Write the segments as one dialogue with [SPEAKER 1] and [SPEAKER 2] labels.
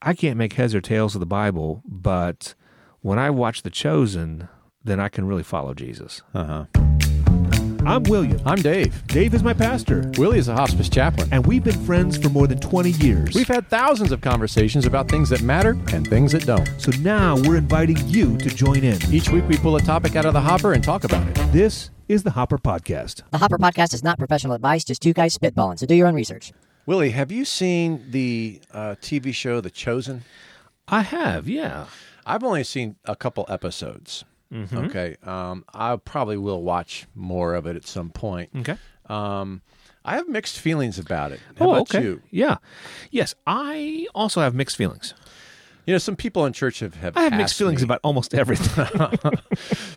[SPEAKER 1] I can't make heads or tails of the Bible, but when I watch The Chosen, then I can really follow Jesus.
[SPEAKER 2] Uh-huh.
[SPEAKER 1] I'm William.
[SPEAKER 2] I'm Dave.
[SPEAKER 1] Dave is my pastor,
[SPEAKER 2] Willie is a hospice chaplain.
[SPEAKER 1] and we've been friends for more than 20 years.
[SPEAKER 2] We've had thousands of conversations about things that matter and things that don't.
[SPEAKER 1] so now we're inviting you to join in.
[SPEAKER 2] Each week we pull a topic out of the hopper and talk about it.
[SPEAKER 1] This is the Hopper Podcast.
[SPEAKER 3] The Hopper Podcast is not professional advice, just two guys spitballing, so do your own research.
[SPEAKER 4] Willie, have you seen the uh, TV show The Chosen?
[SPEAKER 1] I have, yeah.
[SPEAKER 4] I've only seen a couple episodes. Okay, um, I probably will watch more of it at some point.
[SPEAKER 1] Okay. Oh,
[SPEAKER 4] Um, I have mixed feelings about it. How about you?
[SPEAKER 1] Yeah. Yes, I also have mixed feelings.
[SPEAKER 4] You know, some people in church have, have
[SPEAKER 1] I have
[SPEAKER 4] asked
[SPEAKER 1] mixed feelings
[SPEAKER 4] me-
[SPEAKER 1] about almost everything.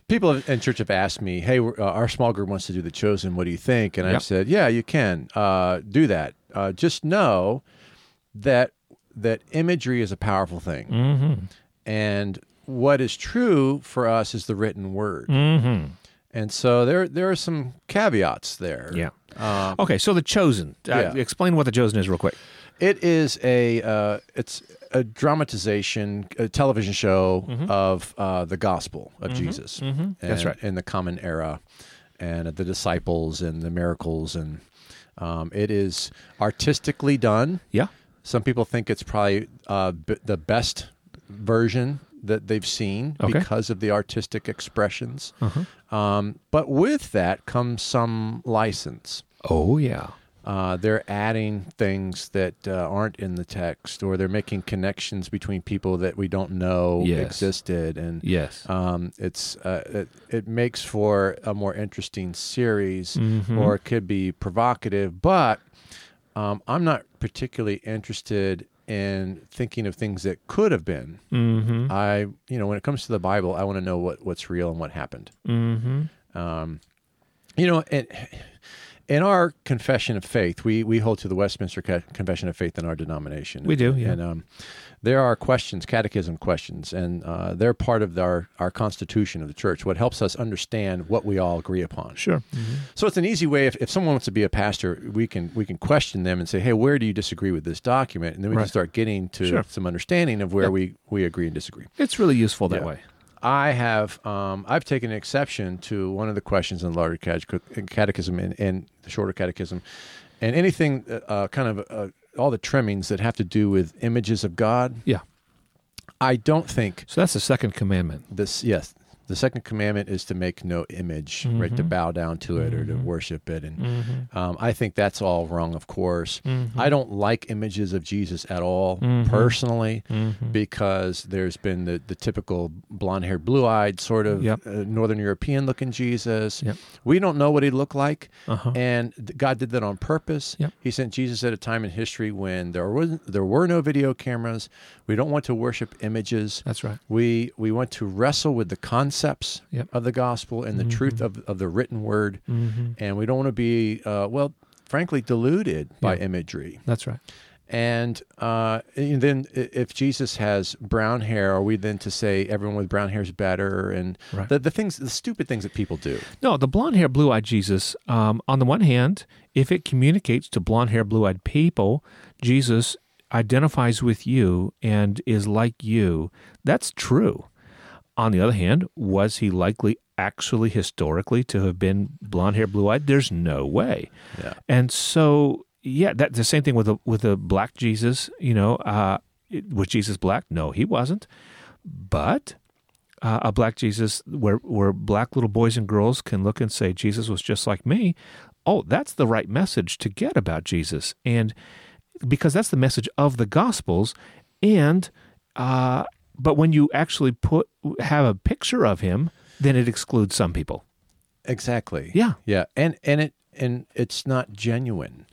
[SPEAKER 4] people in church have asked me, "Hey, we're, uh, our small group wants to do the chosen. What do you think?" And
[SPEAKER 1] Yep.
[SPEAKER 4] I've said, "Yeah, you can uh, do that. Uh, just know that that imagery is a powerful thing,
[SPEAKER 1] Mm-hmm.
[SPEAKER 4] and what is true for us is the written word.
[SPEAKER 1] Mm-hmm.
[SPEAKER 4] And so there there are some caveats there.
[SPEAKER 1] yeah. okay, so The Chosen. Uh,
[SPEAKER 4] yeah.
[SPEAKER 1] explain what The Chosen is real quick.
[SPEAKER 4] It is a uh, it's a dramatization, a television show of uh, the gospel of Jesus. And,
[SPEAKER 1] Mm-hmm. That's right.
[SPEAKER 4] In the common era, and the disciples and the miracles, and um, it is artistically done.
[SPEAKER 1] Yeah.
[SPEAKER 4] Some people think it's probably uh, b- the best version that they've seen
[SPEAKER 1] Okay. Uh-huh.
[SPEAKER 4] because of the artistic expressions. Um, but with that comes some license.
[SPEAKER 1] Oh, yeah.
[SPEAKER 4] Uh, they're adding things that uh, aren't in the text, or they're making connections between people that we don't know
[SPEAKER 1] Yes.
[SPEAKER 4] existed, and
[SPEAKER 1] Yes.
[SPEAKER 4] um, it's uh, it, it makes for a more interesting series,
[SPEAKER 1] Mm-hmm.
[SPEAKER 4] or it could be provocative. But um, I'm not particularly interested in thinking of things that could have been.
[SPEAKER 1] Mm-hmm.
[SPEAKER 4] I, you know, when it comes to the Bible, I want to know what what's real and what happened.
[SPEAKER 1] Mm-hmm.
[SPEAKER 4] You know, in, in our confession of faith, we, we hold to the Westminster Co- Confession of Faith in our denomination.
[SPEAKER 1] We do, yeah.
[SPEAKER 4] And um, there are questions, catechism questions, and uh, they're part of our, our constitution of the church, what helps us understand what we all agree upon.
[SPEAKER 1] Sure.
[SPEAKER 4] So it's an easy way if, if someone wants to be a pastor, we can we can question them and say, hey, where do you disagree with this document? And then we
[SPEAKER 1] Right.
[SPEAKER 4] can start getting to
[SPEAKER 1] Sure.
[SPEAKER 4] some understanding of where we, we agree and disagree.
[SPEAKER 1] It's really useful that
[SPEAKER 4] Yeah.
[SPEAKER 1] way.
[SPEAKER 4] I have um, I've taken exception to one of the questions in the larger cate- catechism and, and the shorter catechism, and anything uh, uh, kind of uh, all the trimmings that have to do with images of God.
[SPEAKER 1] Yeah.
[SPEAKER 4] I don't think
[SPEAKER 1] So that's the second commandment.
[SPEAKER 4] this. Yes, the second commandment is to make no image, right? To bow down to it or to worship it,
[SPEAKER 1] Mm-hmm.
[SPEAKER 4] and um, I think that's all wrong. Of course, I don't like images of Jesus at all
[SPEAKER 1] Mm-hmm.
[SPEAKER 4] personally because there's been the, the typical blonde haired, blue eyed sort of
[SPEAKER 1] Yep.
[SPEAKER 4] uh, Northern European looking Jesus.
[SPEAKER 1] Yep.
[SPEAKER 4] We don't know what he looked like.
[SPEAKER 1] Uh-huh.
[SPEAKER 4] And th- God did that on purpose.
[SPEAKER 1] Yep.
[SPEAKER 4] He sent Jesus at a time in history when there, was, there were no video cameras. We don't want to worship images.
[SPEAKER 1] That's right.
[SPEAKER 4] We we want to wrestle with the concepts
[SPEAKER 1] Yep. Mm-hmm.
[SPEAKER 4] of the gospel and the truth of, of the written word, and we don't want to be uh, well, frankly, deluded by
[SPEAKER 1] Yeah.
[SPEAKER 4] imagery.
[SPEAKER 1] That's right.
[SPEAKER 4] And, uh, and then i- if Jesus has brown hair, are we then to say everyone with brown hair is better? And
[SPEAKER 1] Right.
[SPEAKER 4] the, the things, the stupid things that people do.
[SPEAKER 1] No, the blonde hair, blue eyed Jesus, um, on the one hand, if it communicates to blonde hair, blue eyed people, Jesus identifies with you and is like you, that's true. On the other hand, was he likely actually historically to have been blonde hair, blue eyed? There's no way.
[SPEAKER 4] Yeah.
[SPEAKER 1] And so, yeah, that's the same thing with a, with a black Jesus, you know, uh, it- was Jesus black? No, he wasn't. But uh, a black Jesus, where where black little boys and girls can look and say Jesus was just like me. Oh, that's the right message to get about Jesus, and because that's the message of the Gospels, and uh, but when you actually put have a picture of him, then it excludes some people.
[SPEAKER 4] Exactly.
[SPEAKER 1] Yeah.
[SPEAKER 4] Yeah. And and it and it's not genuine. And-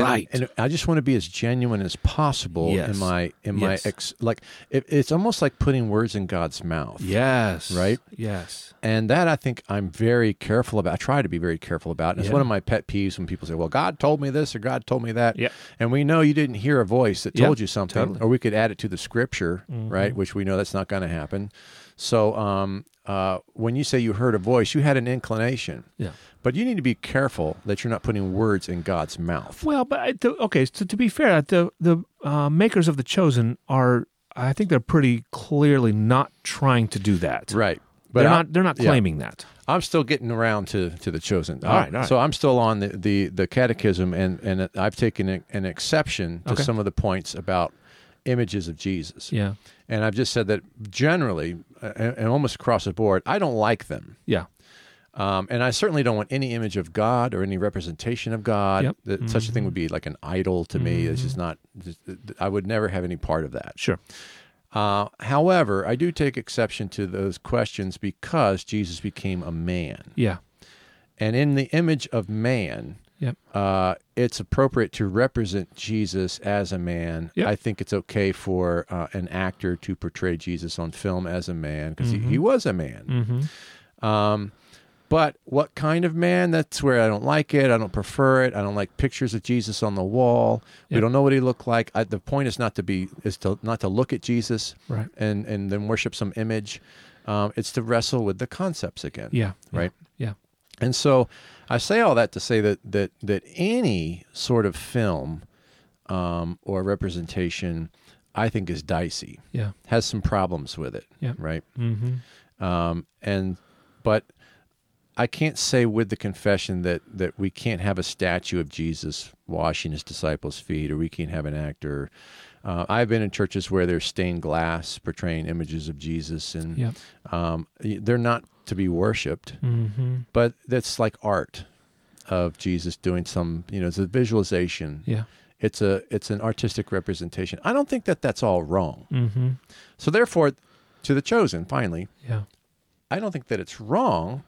[SPEAKER 1] Right.
[SPEAKER 4] And, I just want to be as genuine as possible
[SPEAKER 1] Yes.
[SPEAKER 4] in my in
[SPEAKER 1] Yes.
[SPEAKER 4] my ex, like it, it's almost like putting words in God's mouth.
[SPEAKER 1] Yes.
[SPEAKER 4] Right?
[SPEAKER 1] Yes.
[SPEAKER 4] And that I think I'm very careful about. I try to be very careful about. And It's
[SPEAKER 1] Yeah.
[SPEAKER 4] one of my pet peeves when people say, "Well, God told me this or God told me that."
[SPEAKER 1] Yeah.
[SPEAKER 4] And we know you didn't hear a voice that
[SPEAKER 1] Yeah,
[SPEAKER 4] told you something,
[SPEAKER 1] totally. Mm-hmm.
[SPEAKER 4] or we could add it to the scripture, right? Which we know that's not going to happen. So um, uh, when you say you heard a voice, you had an inclination.
[SPEAKER 1] Yeah.
[SPEAKER 4] But you need to be careful that you're not putting words in God's mouth.
[SPEAKER 1] Well, but I- to, okay. So to be fair, the the uh, makers of the chosen are, I think they're pretty clearly not trying to do that.
[SPEAKER 4] Right. But
[SPEAKER 1] they're
[SPEAKER 4] I-
[SPEAKER 1] not. They're not
[SPEAKER 4] yeah.
[SPEAKER 1] claiming that.
[SPEAKER 4] I'm still getting around to, to the chosen.
[SPEAKER 1] All right, all right.
[SPEAKER 4] So I'm still on the, the, the catechism, and, and I've taken a- an exception to
[SPEAKER 1] Okay.
[SPEAKER 4] some of the points about images of Jesus.
[SPEAKER 1] Yeah.
[SPEAKER 4] And I've just said that generally, uh, and and almost across the board, I don't like them.
[SPEAKER 1] Yeah.
[SPEAKER 4] Um, and I certainly don't want any image of God or any representation of God.
[SPEAKER 1] Yep. Mm-hmm.
[SPEAKER 4] That Such a thing would be like an idol to me. It's just not, just- I would never have any part of that.
[SPEAKER 1] Sure.
[SPEAKER 4] Uh, however, I do take exception to those questions because Jesus became a man.
[SPEAKER 1] Yeah.
[SPEAKER 4] And in the image of man,
[SPEAKER 1] Yep.
[SPEAKER 4] uh, it's appropriate to represent Jesus as a man.
[SPEAKER 1] Yep.
[SPEAKER 4] I think it's okay for uh, an actor to portray Jesus on film as a man because he,
[SPEAKER 1] Mm-hmm.
[SPEAKER 4] he was a man. Um, but what kind of man? That's where I don't like it. I don't prefer it. I don't like pictures of Jesus on the wall. We
[SPEAKER 1] Yep.
[SPEAKER 4] don't know what he looked like. I, the point is not to be is to not to look at Jesus
[SPEAKER 1] Right.
[SPEAKER 4] and and then worship some image. Um, it's to wrestle with the concepts again.
[SPEAKER 1] Yeah.
[SPEAKER 4] Right.
[SPEAKER 1] Yeah.
[SPEAKER 4] And so I say all that to say that that that any sort of film um, or representation, I think, is dicey.
[SPEAKER 1] Yeah.
[SPEAKER 4] Has some problems with it.
[SPEAKER 1] Yeah.
[SPEAKER 4] Right.
[SPEAKER 1] Mm-hmm.
[SPEAKER 4] Um, and but I can't say with the confession that that we can't have a statue of Jesus washing his disciples' feet, or we can't have an actor. Uh, I've been in churches where there's stained glass portraying images of Jesus, and
[SPEAKER 1] Yep.
[SPEAKER 4] um, they're not to be worshipped
[SPEAKER 1] Mm-hmm.
[SPEAKER 4] but that's like art of Jesus doing some, you know, it's a visualization.
[SPEAKER 1] Mm-hmm. Yeah.
[SPEAKER 4] It's a it's an artistic representation. I don't think that that's all wrong.
[SPEAKER 1] Mm-hmm.
[SPEAKER 4] So therefore, to the chosen, finally,
[SPEAKER 1] Yeah.
[SPEAKER 4] I don't think that it's wrong,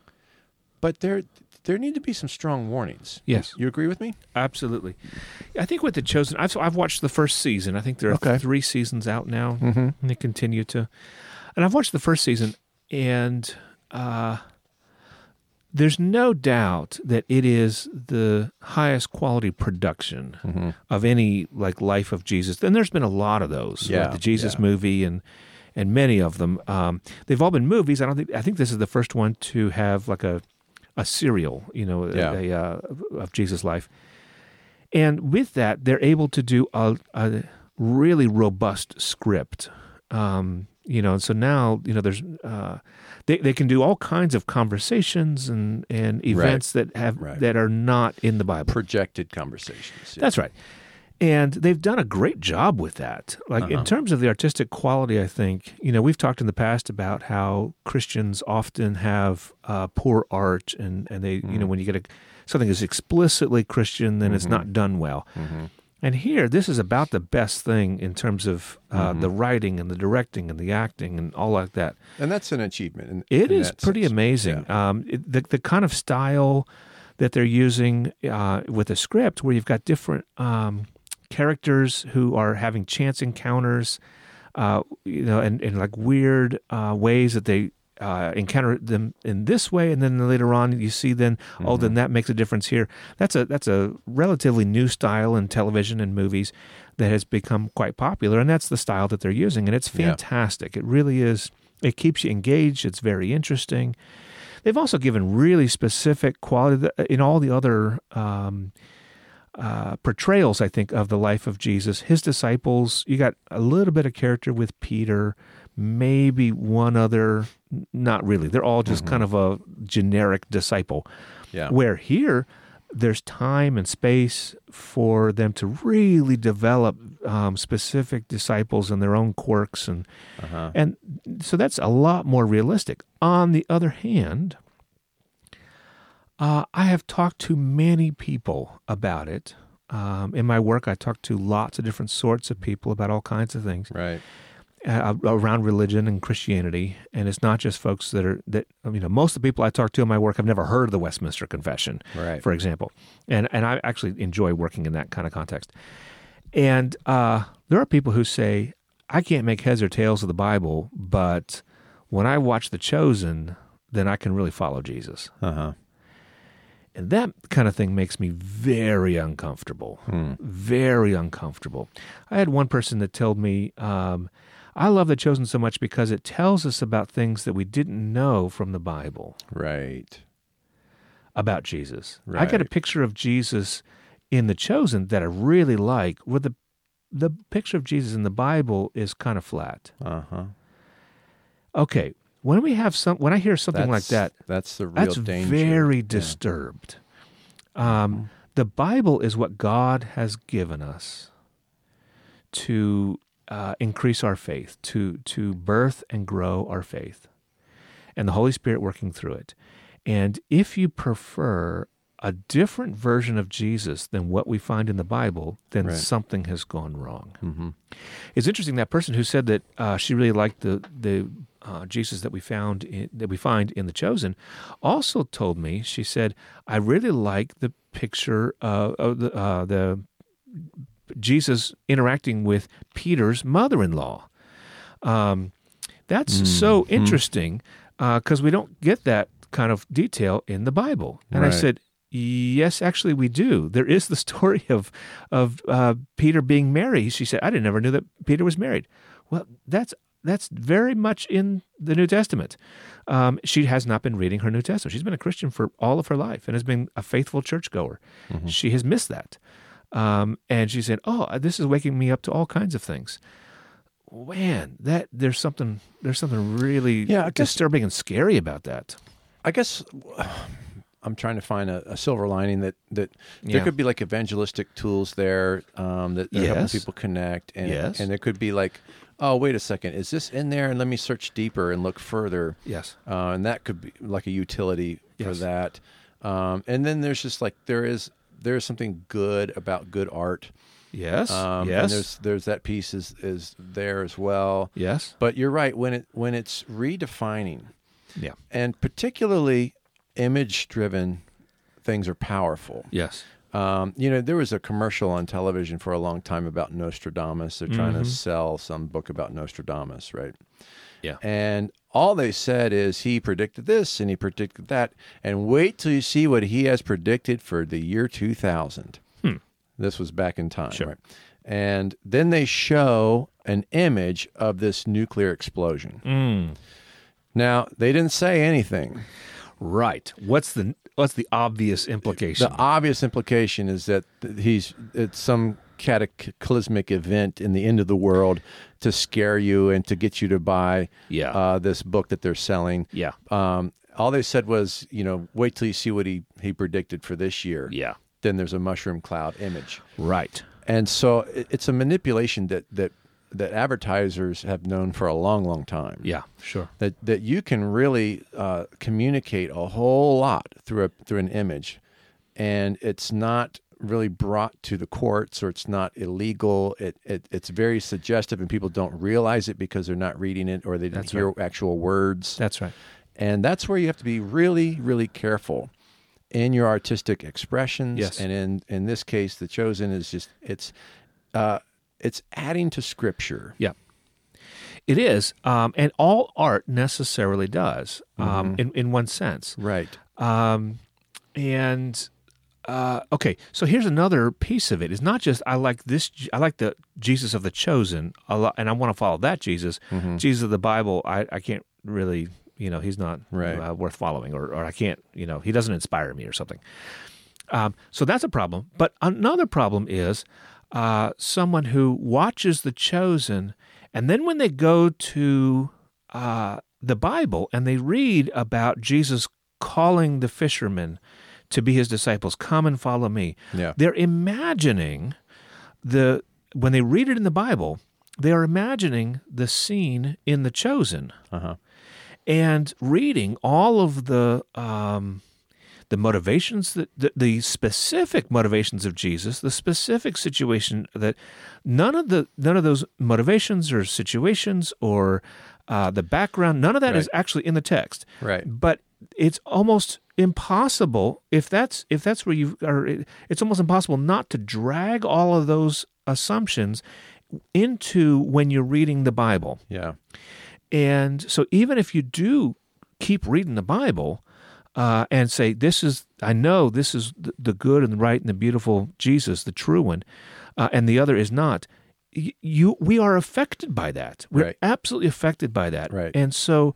[SPEAKER 4] but there there need to be some strong warnings.
[SPEAKER 1] Yes.
[SPEAKER 4] You agree with me?
[SPEAKER 1] Absolutely. I think with the chosen, I've I've watched the first season. I think there are
[SPEAKER 4] Okay. Mm-hmm.
[SPEAKER 1] three seasons out now, and they continue to. And I've watched the first season, and uh, there's no doubt that it is the highest quality production
[SPEAKER 4] Mm-hmm.
[SPEAKER 1] of any like life of Jesus. And there's been a lot of those,
[SPEAKER 4] Yeah,
[SPEAKER 1] like the Jesus
[SPEAKER 4] yeah.
[SPEAKER 1] movie and and many of them. Um, they've all been movies. I don't think I think this is the first one to have like a a serial, you know, a-
[SPEAKER 4] Yeah.
[SPEAKER 1] a, uh, of Jesus' life. And with that, they're able to do a, a really robust script. Um, you know, and so now you know there's uh, they they can do all kinds of conversations and and events that have
[SPEAKER 4] Right.
[SPEAKER 1] that are not in the Bible.
[SPEAKER 4] Projected conversations. Yeah.
[SPEAKER 1] That's right. And they've done a great job with that. Like in terms of the artistic quality, I think you know we've talked in the past about how Christians often have uh, poor art, and and they you know when you get a, something that's explicitly Christian, then it's not done well. And here, this is about the best thing in terms of uh, the writing and the directing and the acting and all like that.
[SPEAKER 4] and that's an achievement. In,
[SPEAKER 1] It
[SPEAKER 4] in
[SPEAKER 1] is
[SPEAKER 4] that
[SPEAKER 1] pretty
[SPEAKER 4] sense.
[SPEAKER 1] amazing. Um, it, the the kind of style that they're using uh, with a script, where you've got different um, characters who are having chance encounters, uh, you know, and, and like weird uh, ways that they. Uh, encounter them in this way, and then later on you see then oh then that makes a difference here. That's a that's a relatively new style in television and movies that has become quite popular, and that's the style that they're using, and it's
[SPEAKER 4] Yeah.
[SPEAKER 1] fantastic. It really is. It keeps you engaged. It's very interesting. They've also given really specific quality in all the other um, uh, portrayals, I think, of the life of Jesus. His disciples, you got a little bit of character with Peter, maybe one other, not really. They're all just kind of a generic disciple.
[SPEAKER 4] Yeah.
[SPEAKER 1] Where here, there's time and space for them to really develop um, specific disciples and their own quirks, and and so that's a lot more realistic. On the other hand, uh, I have talked to many people about it. Um, in my work, I talk to lots of different sorts of people about all kinds of things
[SPEAKER 4] Right.
[SPEAKER 1] uh, around religion and Christianity, and it's not just folks that are that you know. Most of the people I talk to in my work have never heard of the Westminster Confession,
[SPEAKER 4] Right.
[SPEAKER 1] for example, and and I actually enjoy working in that kind of context. And uh, there are people who say I can't make heads or tails of the Bible, but when I watch The Chosen, then I can really follow Jesus.
[SPEAKER 4] Uh huh.
[SPEAKER 1] And that kind of thing makes me very
[SPEAKER 4] Hmm.
[SPEAKER 1] uncomfortable. Very uncomfortable. I had one person that told me, um, I love the chosen so much because it tells us about things that we didn't know from the Bible
[SPEAKER 4] Right.
[SPEAKER 1] about Jesus. I got a
[SPEAKER 4] Right.
[SPEAKER 1] picture of Jesus in the chosen that I really like, where the the picture of Jesus in the Bible is kind of flat.
[SPEAKER 4] Uh huh.
[SPEAKER 1] Okay, when we have some, when I hear something like that,
[SPEAKER 4] That's the real
[SPEAKER 1] that's
[SPEAKER 4] danger.
[SPEAKER 1] very
[SPEAKER 4] Yeah.
[SPEAKER 1] disturbed. Um, the Bible is what God has given us to uh, increase our faith, to to birth and grow our faith, and the Holy Spirit working through it. And if you prefer a different version of Jesus than what we find in the Bible, then
[SPEAKER 4] Right.
[SPEAKER 1] something has gone wrong. It's interesting that person who said that uh, she really liked the the uh, Jesus that we found in, that we find in the Chosen, also told me she said I really like the picture uh, of the, uh, the Jesus interacting with Peter's mother-in-law. Um, that's so interesting because we don't get that kind of detail in the Bible. And I
[SPEAKER 4] Right.
[SPEAKER 1] said, "Yes, actually, we do. There is the story of of uh, Peter being married." She said, "I didn't ever knew that Peter was married." Well, that's that's very much in the New Testament. Um, she has not been reading her New Testament. She's been a Christian for all of her life and has been a faithful churchgoer. She has missed that. Um, and she said, "Oh, this is waking me up to all kinds of things." Man, that there's something there's something really
[SPEAKER 4] Yeah, I guess-
[SPEAKER 1] disturbing and scary about that.
[SPEAKER 4] I guess I'm trying to find a, a silver lining that that
[SPEAKER 1] Yeah.
[SPEAKER 4] there could be like evangelistic tools there um, that that are helping
[SPEAKER 1] Yes.
[SPEAKER 4] people connect, and
[SPEAKER 1] Yes.
[SPEAKER 4] and there could be like, oh wait a second, is this in there? And let me search deeper and look further.
[SPEAKER 1] Yes.
[SPEAKER 4] uh, and that could be like a utility for
[SPEAKER 1] Yes.
[SPEAKER 4] that. Um, and then there's just like there is there is something good about good art.
[SPEAKER 1] Yes.
[SPEAKER 4] Um, And
[SPEAKER 1] yes.
[SPEAKER 4] there's there's that piece is is there as well.
[SPEAKER 1] Yes.
[SPEAKER 4] But you're right when it when it's redefining
[SPEAKER 1] Yeah.
[SPEAKER 4] and particularly image driven things are powerful.
[SPEAKER 1] Yes.
[SPEAKER 4] Um, you know, there was a commercial on television for a long time about Nostradamus. They're trying to sell some book about Nostradamus, right?
[SPEAKER 1] Yeah.
[SPEAKER 4] And all they said is he predicted this and he predicted that. And wait till you see what he has predicted for the year 2000. This was back in time, right? And then they show an image of this nuclear explosion. Now, they didn't say anything.
[SPEAKER 1] Right. What's the what's the obvious implication?
[SPEAKER 4] The obvious implication is that th- he's it's some cataclysmic event in the end of the world to scare you and to get you to buy
[SPEAKER 1] Yeah.
[SPEAKER 4] uh, this book that they're selling.
[SPEAKER 1] yeah.
[SPEAKER 4] Um, all they said was, you know, wait till you see what he, he predicted for this year.
[SPEAKER 1] Yeah.
[SPEAKER 4] Then there's a mushroom cloud image.
[SPEAKER 1] Right.
[SPEAKER 4] And so it, it's a manipulation that, that, that advertisers have known for a long, long time
[SPEAKER 1] Yeah. Sure.
[SPEAKER 4] that that you can really uh, communicate a whole lot through a through an image, and it's not really brought to the courts or it's not illegal. It, it it's very suggestive, and people don't realize it because they're not reading it or they didn't
[SPEAKER 1] That's
[SPEAKER 4] hear actual words.
[SPEAKER 1] That's right.
[SPEAKER 4] and that's where you have to be really really careful in your artistic expressions.
[SPEAKER 1] Yes.
[SPEAKER 4] and in in this case, the chosen is just it's. Uh, it's adding to scripture.
[SPEAKER 1] Yeah. It is, um, and all art necessarily does, um,
[SPEAKER 4] Mm-hmm.
[SPEAKER 1] in in one sense.
[SPEAKER 4] Right.
[SPEAKER 1] Um, and uh, okay, so here's another piece of it. It's not just I like this. Je- I like the Jesus of the chosen a lot, and I want to follow that Jesus. Jesus of the Bible, I, I can't really, you know, he's not
[SPEAKER 4] Right.
[SPEAKER 1] uh, worth following, or or I can't, you know, he doesn't inspire me or something. Um, so that's a problem. But another problem is uh, someone who watches The Chosen, and then when they go to uh, the Bible and they read about Jesus calling the fishermen to be his disciples, come and follow me.
[SPEAKER 4] Yeah.
[SPEAKER 1] They're imagining the when they read it in the Bible, they are imagining the scene in The Chosen and reading all of the um, the motivations that the, the specific motivations of Jesus, the specific situation that none of the none of those motivations or situations or uh, the background, none of that is actually in the text.
[SPEAKER 4] Right.
[SPEAKER 1] But it's almost impossible if that's if that's where you are. it- It's almost impossible not to drag all of those assumptions into when you're reading the Bible.
[SPEAKER 4] Yeah.
[SPEAKER 1] And so, even if you do keep reading the Bible uh, and say, This is, I know this is the, the good and the right and the beautiful Jesus, the true one, uh, and the other is not, y- you we are affected by that. We're
[SPEAKER 4] Right.
[SPEAKER 1] absolutely affected by that.
[SPEAKER 4] Right.
[SPEAKER 1] And so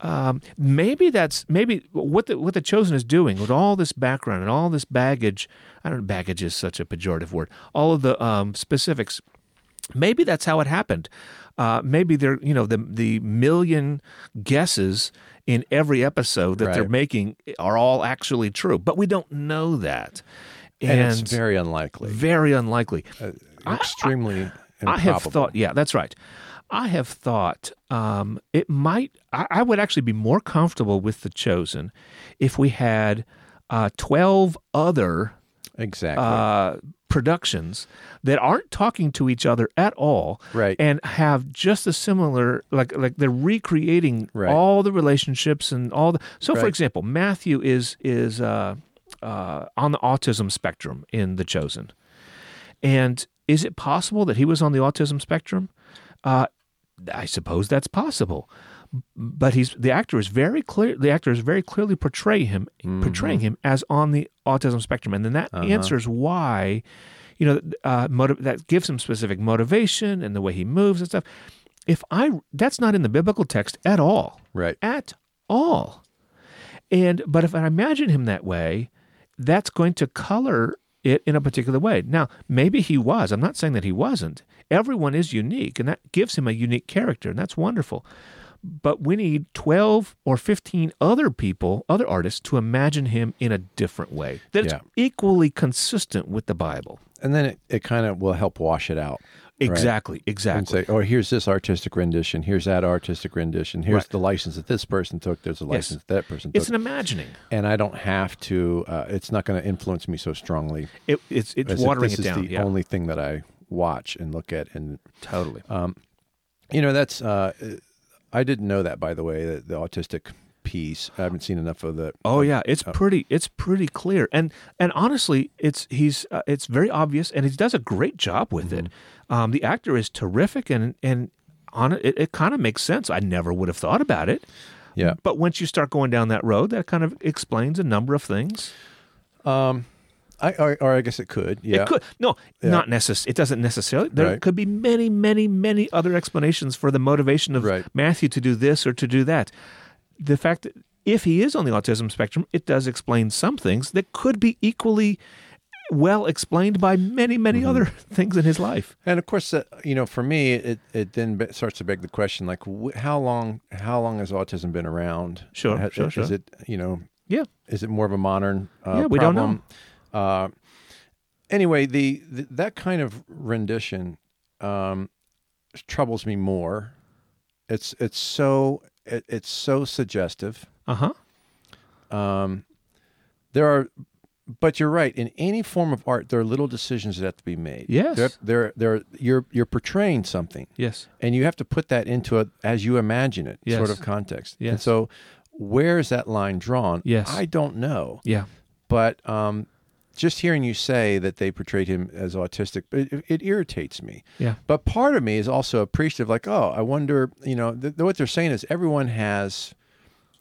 [SPEAKER 1] um, maybe that's maybe what the what the chosen is doing with all this background and all this baggage. I don't baggage is such a pejorative word. All of the um, specifics. Maybe that's how it happened. Uh, maybe they're you know the the million guesses in every episode that they're
[SPEAKER 4] Right.
[SPEAKER 1] making are all actually true, but we don't know that.
[SPEAKER 4] and, it's very unlikely,
[SPEAKER 1] very unlikely.
[SPEAKER 4] extremely improbable.
[SPEAKER 1] I have thought, yeah, that's right. I have thought um, it might, I, I would actually be more comfortable with The Chosen if we had uh, 12 other
[SPEAKER 4] exactly.
[SPEAKER 1] uh, productions that aren't talking to each other at all,
[SPEAKER 4] Right.
[SPEAKER 1] And have just a similar, like, like they're recreating
[SPEAKER 4] Right.
[SPEAKER 1] all the relationships and all the. So, for
[SPEAKER 4] Right.
[SPEAKER 1] example, Matthew is is uh, uh, on the autism spectrum in The Chosen, and is it possible that he was on the autism spectrum? Uh, I suppose that's possible. But he's the actor is very clear. The actor is very clearly portray him, portraying him as on the autism spectrum, and then that answers why, you know, uh, motiv- that gives him specific motivation and the way he moves and stuff. If I that's not in the biblical text at all,
[SPEAKER 4] Right.
[SPEAKER 1] At all, and but if I imagine him that way, that's going to color it in a particular way. Now, maybe he was. I'm not saying that he wasn't. Everyone is unique, and that gives him a unique character, and that's wonderful. But we need 12 or 15 other people, other artists, to imagine him in a different way that's
[SPEAKER 4] Yeah.
[SPEAKER 1] equally consistent with the Bible.
[SPEAKER 4] and then it, it kind of will help wash it out.
[SPEAKER 1] Exactly,
[SPEAKER 4] And
[SPEAKER 1] exactly.
[SPEAKER 4] say, oh, here's this artistic rendition. Here's that artistic rendition. Here's
[SPEAKER 1] Right.
[SPEAKER 4] the license that this person took. There's a license that person
[SPEAKER 1] It's
[SPEAKER 4] took.
[SPEAKER 1] an imagining.
[SPEAKER 4] and I don't have to. Uh, it's not going to influence me so strongly.
[SPEAKER 1] It, it's it's
[SPEAKER 4] as if
[SPEAKER 1] watering
[SPEAKER 4] this
[SPEAKER 1] it
[SPEAKER 4] is
[SPEAKER 1] down.
[SPEAKER 4] the
[SPEAKER 1] yeah,
[SPEAKER 4] only thing that I watch and look at. And Um,
[SPEAKER 1] totally.
[SPEAKER 4] you know, that's. Uh, I didn't know that, by the way, that the autistic piece. I haven't seen enough of the.
[SPEAKER 1] Oh yeah, it's pretty. It's pretty clear, and and honestly, it's he's uh, it's very obvious, and he does a great job with it. Um, the actor is terrific, and and on it, it kind of makes sense. I never would have thought about it,
[SPEAKER 4] Yeah.
[SPEAKER 1] but once you start going down that road, that kind of explains a number of things.
[SPEAKER 4] I or, or I guess it could. Yeah.
[SPEAKER 1] It could no, not necess. It doesn't necessarily. There
[SPEAKER 4] Right.
[SPEAKER 1] could be many, many, many other explanations for the motivation of
[SPEAKER 4] Right.
[SPEAKER 1] Matthew to do this or to do that. The fact that if he is on the autism spectrum, it does explain some things that could be equally well explained by many, many
[SPEAKER 4] Mm-hmm.
[SPEAKER 1] other things in his life.
[SPEAKER 4] And of course, uh, you know, for me, it it then be- starts to beg the question: like, wh- how long how long has autism been around?
[SPEAKER 1] Sure,
[SPEAKER 4] Has-
[SPEAKER 1] sure,
[SPEAKER 4] is
[SPEAKER 1] sure.
[SPEAKER 4] it you know
[SPEAKER 1] Yeah,
[SPEAKER 4] is it more of a modern uh,
[SPEAKER 1] Yeah, we don't
[SPEAKER 4] problem? Uh, anyway, the, the that kind of rendition um, troubles me more. It's it's so it, it's so suggestive.
[SPEAKER 1] uh huh.
[SPEAKER 4] There are, but you're right. In any form of art, there are little decisions that have to be made.
[SPEAKER 1] Yes.
[SPEAKER 4] there there, there you're you're portraying something.
[SPEAKER 1] Yes,
[SPEAKER 4] and you have to put that into a as you imagine it
[SPEAKER 1] Yes.
[SPEAKER 4] sort of context. And
[SPEAKER 1] Yes.
[SPEAKER 4] so, where is that line drawn?
[SPEAKER 1] Yes.
[SPEAKER 4] I don't know,
[SPEAKER 1] yeah,
[SPEAKER 4] but um, just hearing you say that they portrayed him as autistic, it, it irritates me.
[SPEAKER 1] yeah,
[SPEAKER 4] But part of me is also appreciative, like, oh, I wonder, you know, th- what they're saying is everyone has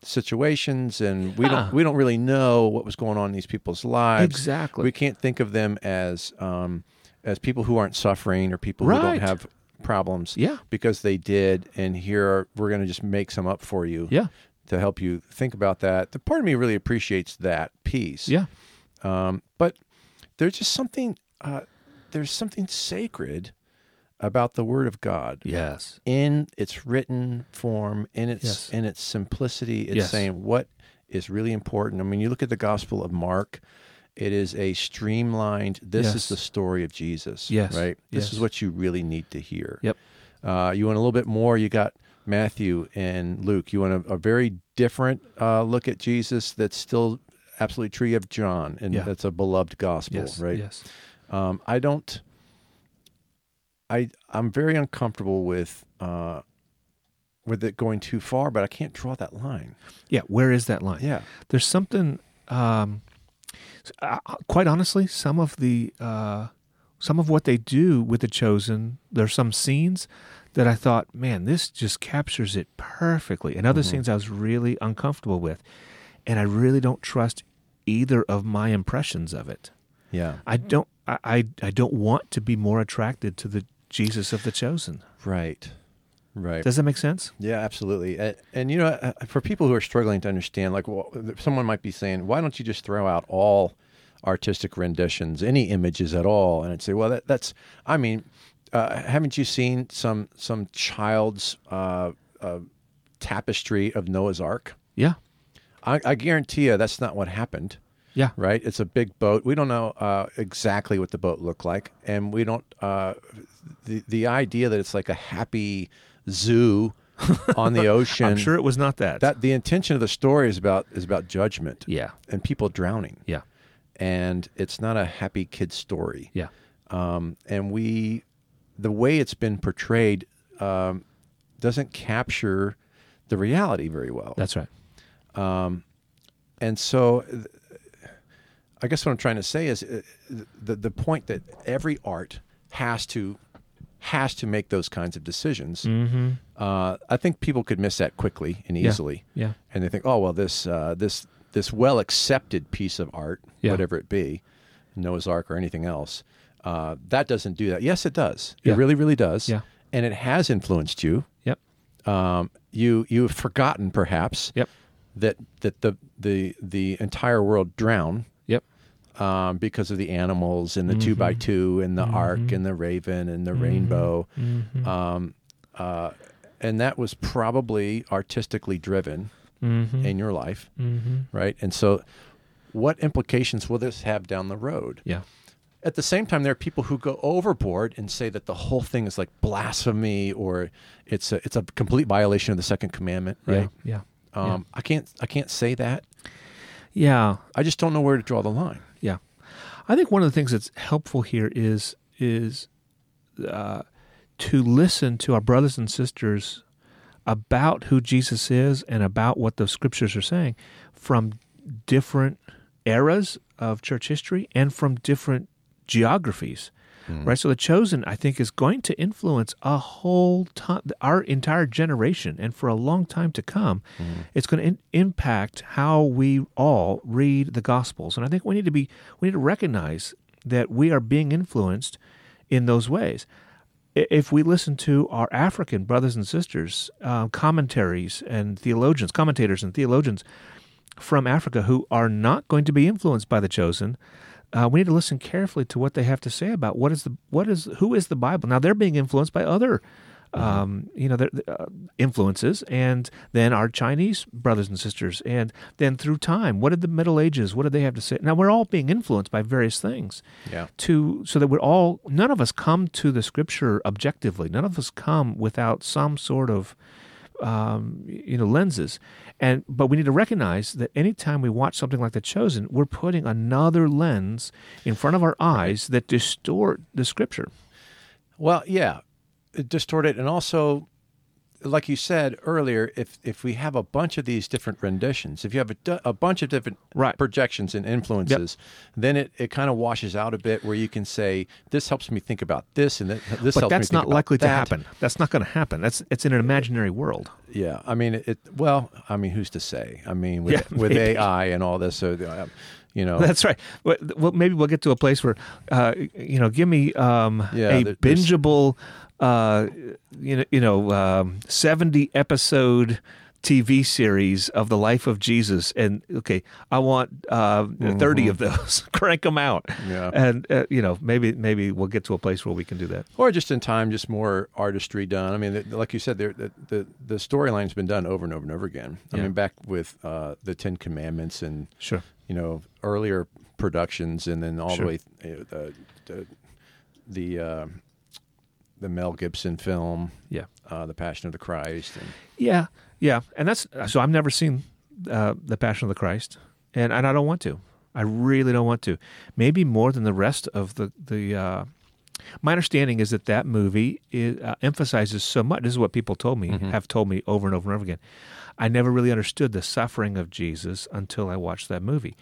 [SPEAKER 4] situations and we
[SPEAKER 1] Yeah.
[SPEAKER 4] don't we don't really know what was going on in these people's lives
[SPEAKER 1] Exactly.
[SPEAKER 4] we can't think of them as um as people who aren't suffering or people who
[SPEAKER 1] Right.
[SPEAKER 4] don't have problems
[SPEAKER 1] Yeah.
[SPEAKER 4] because they did and here we're going to just make some up for you
[SPEAKER 1] yeah,
[SPEAKER 4] to help you think about that the part of me really appreciates that piece
[SPEAKER 1] yeah.
[SPEAKER 4] um, but there's just something uh, there's something sacred about the Word of God
[SPEAKER 1] Yes,
[SPEAKER 4] in its written form, in its
[SPEAKER 1] Yes.
[SPEAKER 4] in its simplicity. It's
[SPEAKER 1] Yes.
[SPEAKER 4] saying what is really important. I mean, you look at the Gospel of Mark. It is a streamlined. This
[SPEAKER 1] Yes.
[SPEAKER 4] is the story of Jesus.
[SPEAKER 1] Yes.
[SPEAKER 4] Right. This
[SPEAKER 1] Yes.
[SPEAKER 4] is what you really need to hear.
[SPEAKER 1] Yep.
[SPEAKER 4] Uh, you want a little bit more. You got Matthew and Luke. You want a, a very different uh, look at Jesus. That's still absolutely true of John, and
[SPEAKER 1] Yeah.
[SPEAKER 4] that's a beloved gospel,
[SPEAKER 1] yes,
[SPEAKER 4] right?
[SPEAKER 1] yes.
[SPEAKER 4] Um, I don't. I I'm very uncomfortable with uh, with it going too far, but I can't draw that line.
[SPEAKER 1] Yeah, where is that line?
[SPEAKER 4] Yeah.
[SPEAKER 1] there's something. Um, s- uh, quite honestly, some of the uh, some of what they do with the chosen, there's some scenes that I thought, man, this just captures it perfectly, and
[SPEAKER 4] Mm-hmm.
[SPEAKER 1] other scenes I was really uncomfortable with, and I really don't trust either of my impressions of it.
[SPEAKER 4] Yeah.
[SPEAKER 1] I don't. I, I I don't want to be more attracted to the Jesus of the chosen.
[SPEAKER 4] Right. Right.
[SPEAKER 1] Does that make sense?
[SPEAKER 4] Yeah, absolutely. And, and you know, uh, for people who are struggling to understand, like well, someone might be saying, why don't you just throw out all artistic renditions, any images at all? And I'd say, well, that, that's, I mean, uh, haven't you seen some some child's uh, uh, tapestry of Noah's Ark?
[SPEAKER 1] Yeah.
[SPEAKER 4] I, I guarantee you, that's not what happened.
[SPEAKER 1] Yeah.
[SPEAKER 4] right? It's a big boat. We don't know uh, exactly what the boat looked like, and we don't. Uh, the the idea that it's like a happy zoo on the ocean.
[SPEAKER 1] I'm sure it was not that.
[SPEAKER 4] that the intention of the story is about is about judgment
[SPEAKER 1] Yeah.
[SPEAKER 4] and people drowning,
[SPEAKER 1] Yeah.
[SPEAKER 4] and it's not a happy kid story.
[SPEAKER 1] Yeah.
[SPEAKER 4] Um, and we, the way it's been portrayed, um, doesn't capture the reality very well.
[SPEAKER 1] That's right.
[SPEAKER 4] and so th- i guess what i'm trying to say is uh, the, the point that every art has to has to make those kinds of decisions uh, i think people could miss that quickly and
[SPEAKER 1] Mm-hmm. Yeah.
[SPEAKER 4] easily
[SPEAKER 1] Yeah.
[SPEAKER 4] and they think oh well this uh, this this well accepted piece of art
[SPEAKER 1] Yeah.
[SPEAKER 4] whatever it be noah's ark or anything else uh, that doesn't do that yes it does
[SPEAKER 1] Yeah.
[SPEAKER 4] it really really does
[SPEAKER 1] Yeah.
[SPEAKER 4] and it has influenced you
[SPEAKER 1] Yep.
[SPEAKER 4] um, you you have forgotten perhaps
[SPEAKER 1] Yep.
[SPEAKER 4] that that the the the entire world drown
[SPEAKER 1] Yep.
[SPEAKER 4] um, because of the animals and the two by
[SPEAKER 1] Mm-hmm.
[SPEAKER 4] two and the ark and the raven and the rainbow,
[SPEAKER 1] Mm-hmm.
[SPEAKER 4] Um, uh, and that was probably artistically driven
[SPEAKER 1] Mm-hmm.
[SPEAKER 4] in your life, right? And so, what implications will this have down the road?
[SPEAKER 1] Yeah.
[SPEAKER 4] At the same time, there are people who go overboard and say that the whole thing is like blasphemy or it's a it's a complete violation of the second commandment, right?
[SPEAKER 1] Yeah. Yeah.
[SPEAKER 4] Um, I can't I can't say that.
[SPEAKER 1] yeah.
[SPEAKER 4] I just don't know where to draw the line.
[SPEAKER 1] Yeah, I think one of the things that's helpful here is is uh, to listen to our brothers and sisters about who Jesus is and about what the scriptures are saying from different eras of church history and from different geographies. Right, so the chosen, I think, is going to influence a whole ton, our entire generation, and for a long time to come, it's going to in- impact how we all read the Gospels. And I think we need to be, we need to recognize that we are being influenced in those ways. I- If we listen to our African brothers and sisters, uh, commentaries and theologians, commentators and theologians, from Africa who are not going to be influenced by the chosen. Uh, we need to listen carefully to what they have to say about what is the what is who is the Bible. Now they're being influenced by other, um, you know, their, uh, influences, and then our Chinese brothers and sisters, and then through time, what did the Middle Ages? What did they have to say? Now we're all being influenced by various things
[SPEAKER 4] Yeah.
[SPEAKER 1] to so that we're all none of us come to the scripture objectively none of us come without some sort of um, you know lenses and but we need to recognize that anytime we watch something like the chosen we're putting another lens in front of our eyes that distort the scripture
[SPEAKER 4] Well, yeah, it distorted, and also, like you said earlier, if if we have a bunch of these different renditions, if you have a, du- a bunch of different
[SPEAKER 1] Right.
[SPEAKER 4] projections and influences, then it, it kind of washes out a bit, where you can say this helps me think about this, and that, this
[SPEAKER 1] but
[SPEAKER 4] helps me
[SPEAKER 1] that's
[SPEAKER 4] think
[SPEAKER 1] not
[SPEAKER 4] about
[SPEAKER 1] likely to
[SPEAKER 4] that."
[SPEAKER 1] happen that's not going to happen that's it's in an imaginary world
[SPEAKER 4] Yeah, I mean, it. Well, I mean, who's to say? I mean, with,
[SPEAKER 1] Yeah,
[SPEAKER 4] with
[SPEAKER 1] maybe.
[SPEAKER 4] AI and all this, so uh, you know,
[SPEAKER 1] That's right. Well, th- Well, maybe we'll get to a place where, uh, you know, give me um,
[SPEAKER 4] Yeah,
[SPEAKER 1] a
[SPEAKER 4] there- there's-
[SPEAKER 1] bingeable, uh, you know, you know, um, seventy episode TV series of the life of Jesus, and okay, I want uh, thirty of those. Crank them out,
[SPEAKER 4] Mm-hmm. Yeah.
[SPEAKER 1] and uh, you know, maybe maybe we'll get to a place where we can do that.
[SPEAKER 4] or just in time, just more artistry done. I mean, th like you said, there, the the, the storyline's been done over and over and over again. I
[SPEAKER 1] Yeah.
[SPEAKER 4] mean, back with uh, the Ten Commandments and
[SPEAKER 1] Sure.
[SPEAKER 4] you know earlier productions, and then all
[SPEAKER 1] Sure.
[SPEAKER 4] the way you know, the the the, uh, the Mel Gibson film,
[SPEAKER 1] Yeah.
[SPEAKER 4] uh, the Passion of the Christ. And,
[SPEAKER 1] Yeah, yeah, and that's so. I've never seen uh, the Passion of the Christ, and and I don't want to. I really don't want to. Maybe more than the rest of the the. Uh, my understanding is that that movie is, uh, emphasizes so much. This is what people told me have told me over and over and over again. I never really understood the suffering of Jesus until I watched that movie.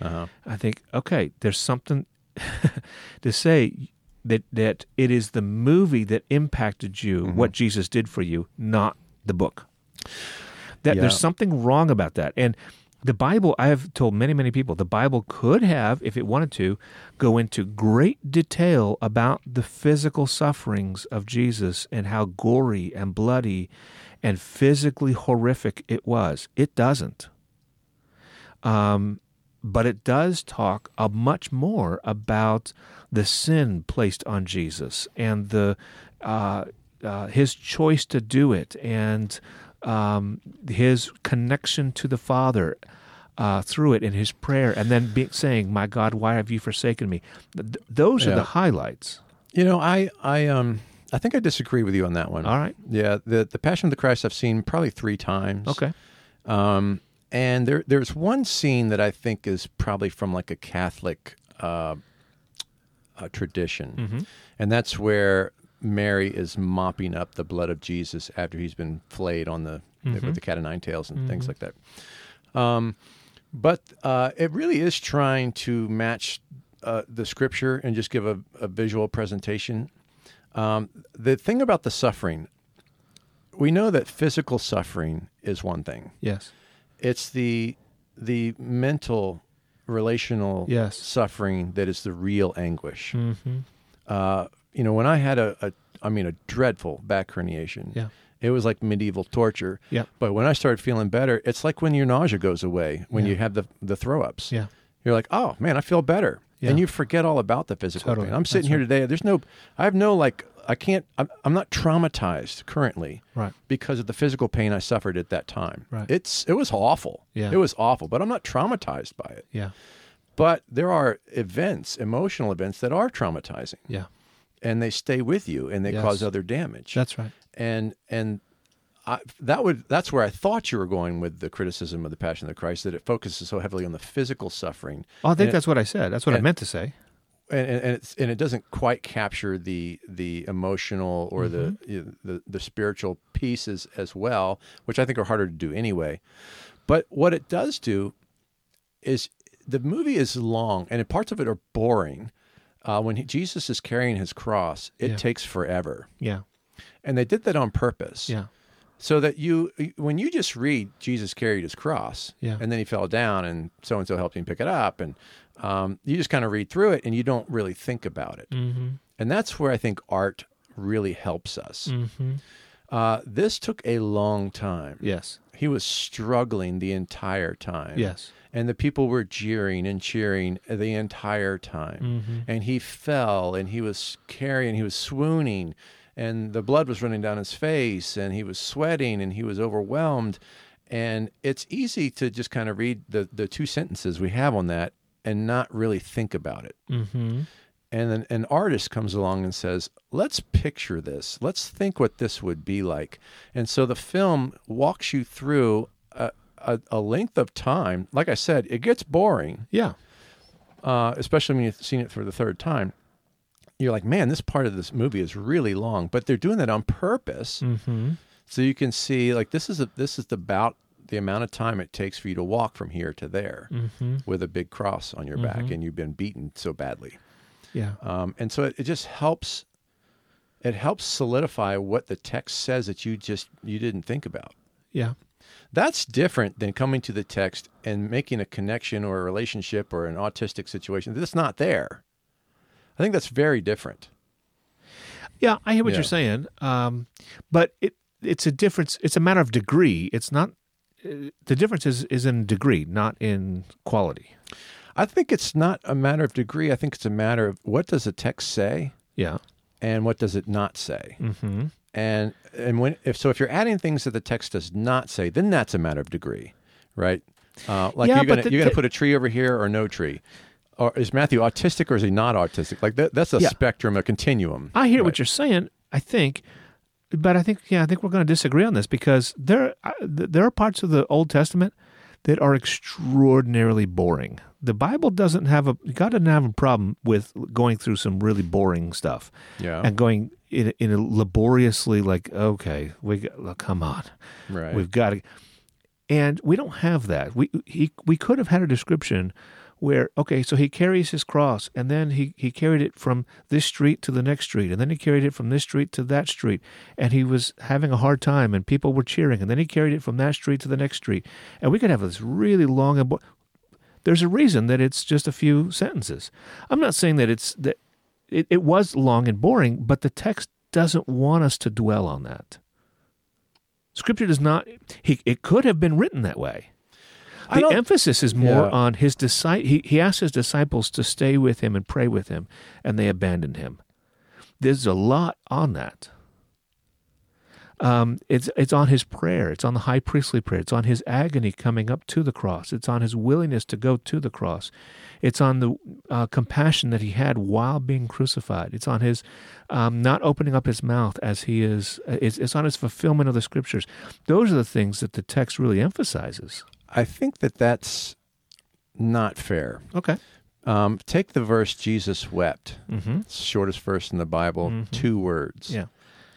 [SPEAKER 1] I think okay, there's something to say that that it is the movie that impacted you, what Jesus did for you, not the book. That
[SPEAKER 4] Yeah.
[SPEAKER 1] there's something wrong about that, and The Bible, I have told many, many people, the Bible could have, if it wanted to, go into great detail about the physical sufferings of Jesus and how gory and bloody and physically horrific it was. It doesn't. Um, but it does talk a much more about the sin placed on Jesus and the uh, uh, his choice to do it and um, his connection to the Father uh, through it in his prayer, and then be, saying, "My God, why have you forsaken me?" Th- those are
[SPEAKER 4] Yeah.
[SPEAKER 1] the highlights.
[SPEAKER 4] You know, I I um I think I disagree with you on that one.
[SPEAKER 1] All right.
[SPEAKER 4] Yeah, the the Passion of the Christ I've seen probably three times.
[SPEAKER 1] Okay.
[SPEAKER 4] Um, and there there's one scene that I think is probably from like a Catholic uh, uh, tradition, and that's where Mary is mopping up the blood of Jesus after he's been flayed on the with the cat o' nine tails and things like that. Um, but uh, it really is trying to match uh, the scripture and just give a, a visual presentation. Um, the thing about the suffering, we know that physical suffering is one thing.
[SPEAKER 1] Yes.
[SPEAKER 4] It's the the mental, relational
[SPEAKER 1] Yes. Mm-hmm.
[SPEAKER 4] suffering that is the real anguish. Uh, you know, when I had a, a, I mean, a dreadful back herniation.
[SPEAKER 1] Yeah.
[SPEAKER 4] It was like medieval torture.
[SPEAKER 1] Yeah.
[SPEAKER 4] But when I started feeling better, it's like when your nausea goes away when you have the the throw ups.
[SPEAKER 1] Yeah.
[SPEAKER 4] You're like, oh man, I feel better,
[SPEAKER 1] Yeah.
[SPEAKER 4] and you forget all about the physical
[SPEAKER 1] Totally.
[SPEAKER 4] pain. I'm
[SPEAKER 1] That's
[SPEAKER 4] sitting here today. There's no, I have no like, I can't. I'm, I'm not traumatized currently
[SPEAKER 1] Right.
[SPEAKER 4] because of the physical pain I suffered at that time.
[SPEAKER 1] Right.
[SPEAKER 4] It's it was awful.
[SPEAKER 1] Yeah.
[SPEAKER 4] It was awful, but I'm not traumatized by it.
[SPEAKER 1] Yeah.
[SPEAKER 4] But there are events, emotional events that are traumatizing
[SPEAKER 1] Yeah.
[SPEAKER 4] and they stay with you and they
[SPEAKER 1] Yes.
[SPEAKER 4] cause other damage.
[SPEAKER 1] That's right.
[SPEAKER 4] and and I, that would that's where I thought you were going with the criticism of the Passion of the Christ that it focuses so heavily on the physical suffering
[SPEAKER 1] Oh, I think
[SPEAKER 4] And-
[SPEAKER 1] that's what I said. That's what I
[SPEAKER 4] and-
[SPEAKER 1] meant to say.
[SPEAKER 4] and and, and, it's, and it doesn't quite capture the the emotional or
[SPEAKER 1] Mm-hmm.
[SPEAKER 4] the, you know, the the spiritual pieces as well, which I think are harder to do anyway. But what it does do is the movie is long, and parts of it are boring. Uh, when he, Jesus is carrying his cross, it
[SPEAKER 1] Yeah.
[SPEAKER 4] takes forever,
[SPEAKER 1] Yeah.
[SPEAKER 4] and they did that on purpose
[SPEAKER 1] Yeah.
[SPEAKER 4] so that you when you just read jesus carried his cross
[SPEAKER 1] Yeah.
[SPEAKER 4] and then he fell down and so and so helped him pick it up and um, you just kind of read through it and you don't really think about it
[SPEAKER 1] Mm-hmm.
[SPEAKER 4] and that's where i think art really helps us
[SPEAKER 1] Mm-hmm.
[SPEAKER 4] uh, this took a long time
[SPEAKER 1] Yes.
[SPEAKER 4] he was struggling the entire time
[SPEAKER 1] Yes.
[SPEAKER 4] and the people were jeering and cheering the entire time and he fell and he was carrying he was swooning and the blood was running down his face and he was sweating and he was overwhelmed and it's easy to just kind of read the, the two sentences we have on that and not really think about it
[SPEAKER 1] Mm-hmm.
[SPEAKER 4] and an, an artist comes along and says, "Let's picture this. Let's think what this would be like." And so the film walks you through a, a, a length of time. Like I said, it gets boring,
[SPEAKER 1] Yeah.
[SPEAKER 4] uh, especially when you've seen it for the third time. You're like, "Man, this part of this movie is really long," but they're doing that on purpose,
[SPEAKER 1] Mm-hmm.
[SPEAKER 4] so you can see like this is a, this is about the amount of time it takes for you to walk from here to there
[SPEAKER 1] Mm-hmm.
[SPEAKER 4] with a big cross on your back, and you've been beaten so badly
[SPEAKER 1] Yeah.
[SPEAKER 4] um, and so it, it just helps it helps solidify what the text says that you just you didn't think about
[SPEAKER 1] Yeah.
[SPEAKER 4] that's different than coming to the text and making a connection or a relationship or an autistic situation that's not there i think that's very different
[SPEAKER 1] Yeah, I hear what
[SPEAKER 4] Yeah.
[SPEAKER 1] you're saying, um, but it it's a difference. It's a matter of degree. It's not uh, the difference is is in degree, not in quality.
[SPEAKER 4] i think it's not a matter of degree i think it's a matter of what does the text say
[SPEAKER 1] Yeah.
[SPEAKER 4] and what does it not say
[SPEAKER 1] Mm-hmm.
[SPEAKER 4] and and when if so if you're adding things that the text does not say then that's a matter of degree right uh, like
[SPEAKER 1] Yeah,
[SPEAKER 4] you're
[SPEAKER 1] but
[SPEAKER 4] gonna
[SPEAKER 1] the-
[SPEAKER 4] you're gonna
[SPEAKER 1] the-
[SPEAKER 4] put a tree over here or no tree or is matthew autistic or is he not autistic like that, that's a
[SPEAKER 1] Yeah.
[SPEAKER 4] spectrum a continuum
[SPEAKER 1] I hear
[SPEAKER 4] Right.
[SPEAKER 1] what you're saying. I think, but I think yeah, I think we're going to disagree on this because there uh, th- there are parts of the Old Testament that are extraordinarily boring. The Bible doesn't have a God doesn't have a problem with going through some really boring stuff.
[SPEAKER 4] Yeah.
[SPEAKER 1] and going in in a laboriously like okay, we got, look, come on,
[SPEAKER 4] right
[SPEAKER 1] we've got to, and we don't have that. We he we could have had a description where okay, so he carries his cross, and then he he carried it from this street to the next street, and then he carried it from this street to that street, and he was having a hard time, and people were cheering, and then he carried it from that street to the next street, and we could have this really long and. Bo- there's a reason that it's just a few sentences. I'm not saying that it's that it, it was long and boring, but the text doesn't want us to dwell on that. Scripture does not. He, it could have been written that way.
[SPEAKER 4] I
[SPEAKER 1] The
[SPEAKER 4] don't-
[SPEAKER 1] emphasis is more
[SPEAKER 4] Yeah.
[SPEAKER 1] on his disci- he, he asked his disciples to stay with him and pray with him, and they abandoned him. There's a lot on that. Um, it's it's on his prayer. It's on the high priestly prayer. It's on his agony coming up to the cross. It's on his willingness to go to the cross. It's on the uh, compassion that he had while being crucified. It's on his um, not opening up his mouth as he is. uh, It's, it's on his fulfillment of the scriptures. Those are the things that the text really emphasizes.
[SPEAKER 4] I think that that's not fair.
[SPEAKER 1] Okay.
[SPEAKER 4] Um, take the verse Jesus wept.
[SPEAKER 1] Mm-hmm.
[SPEAKER 4] It's the shortest verse in the Bible,
[SPEAKER 1] Mhm.
[SPEAKER 4] two words.
[SPEAKER 1] Yeah.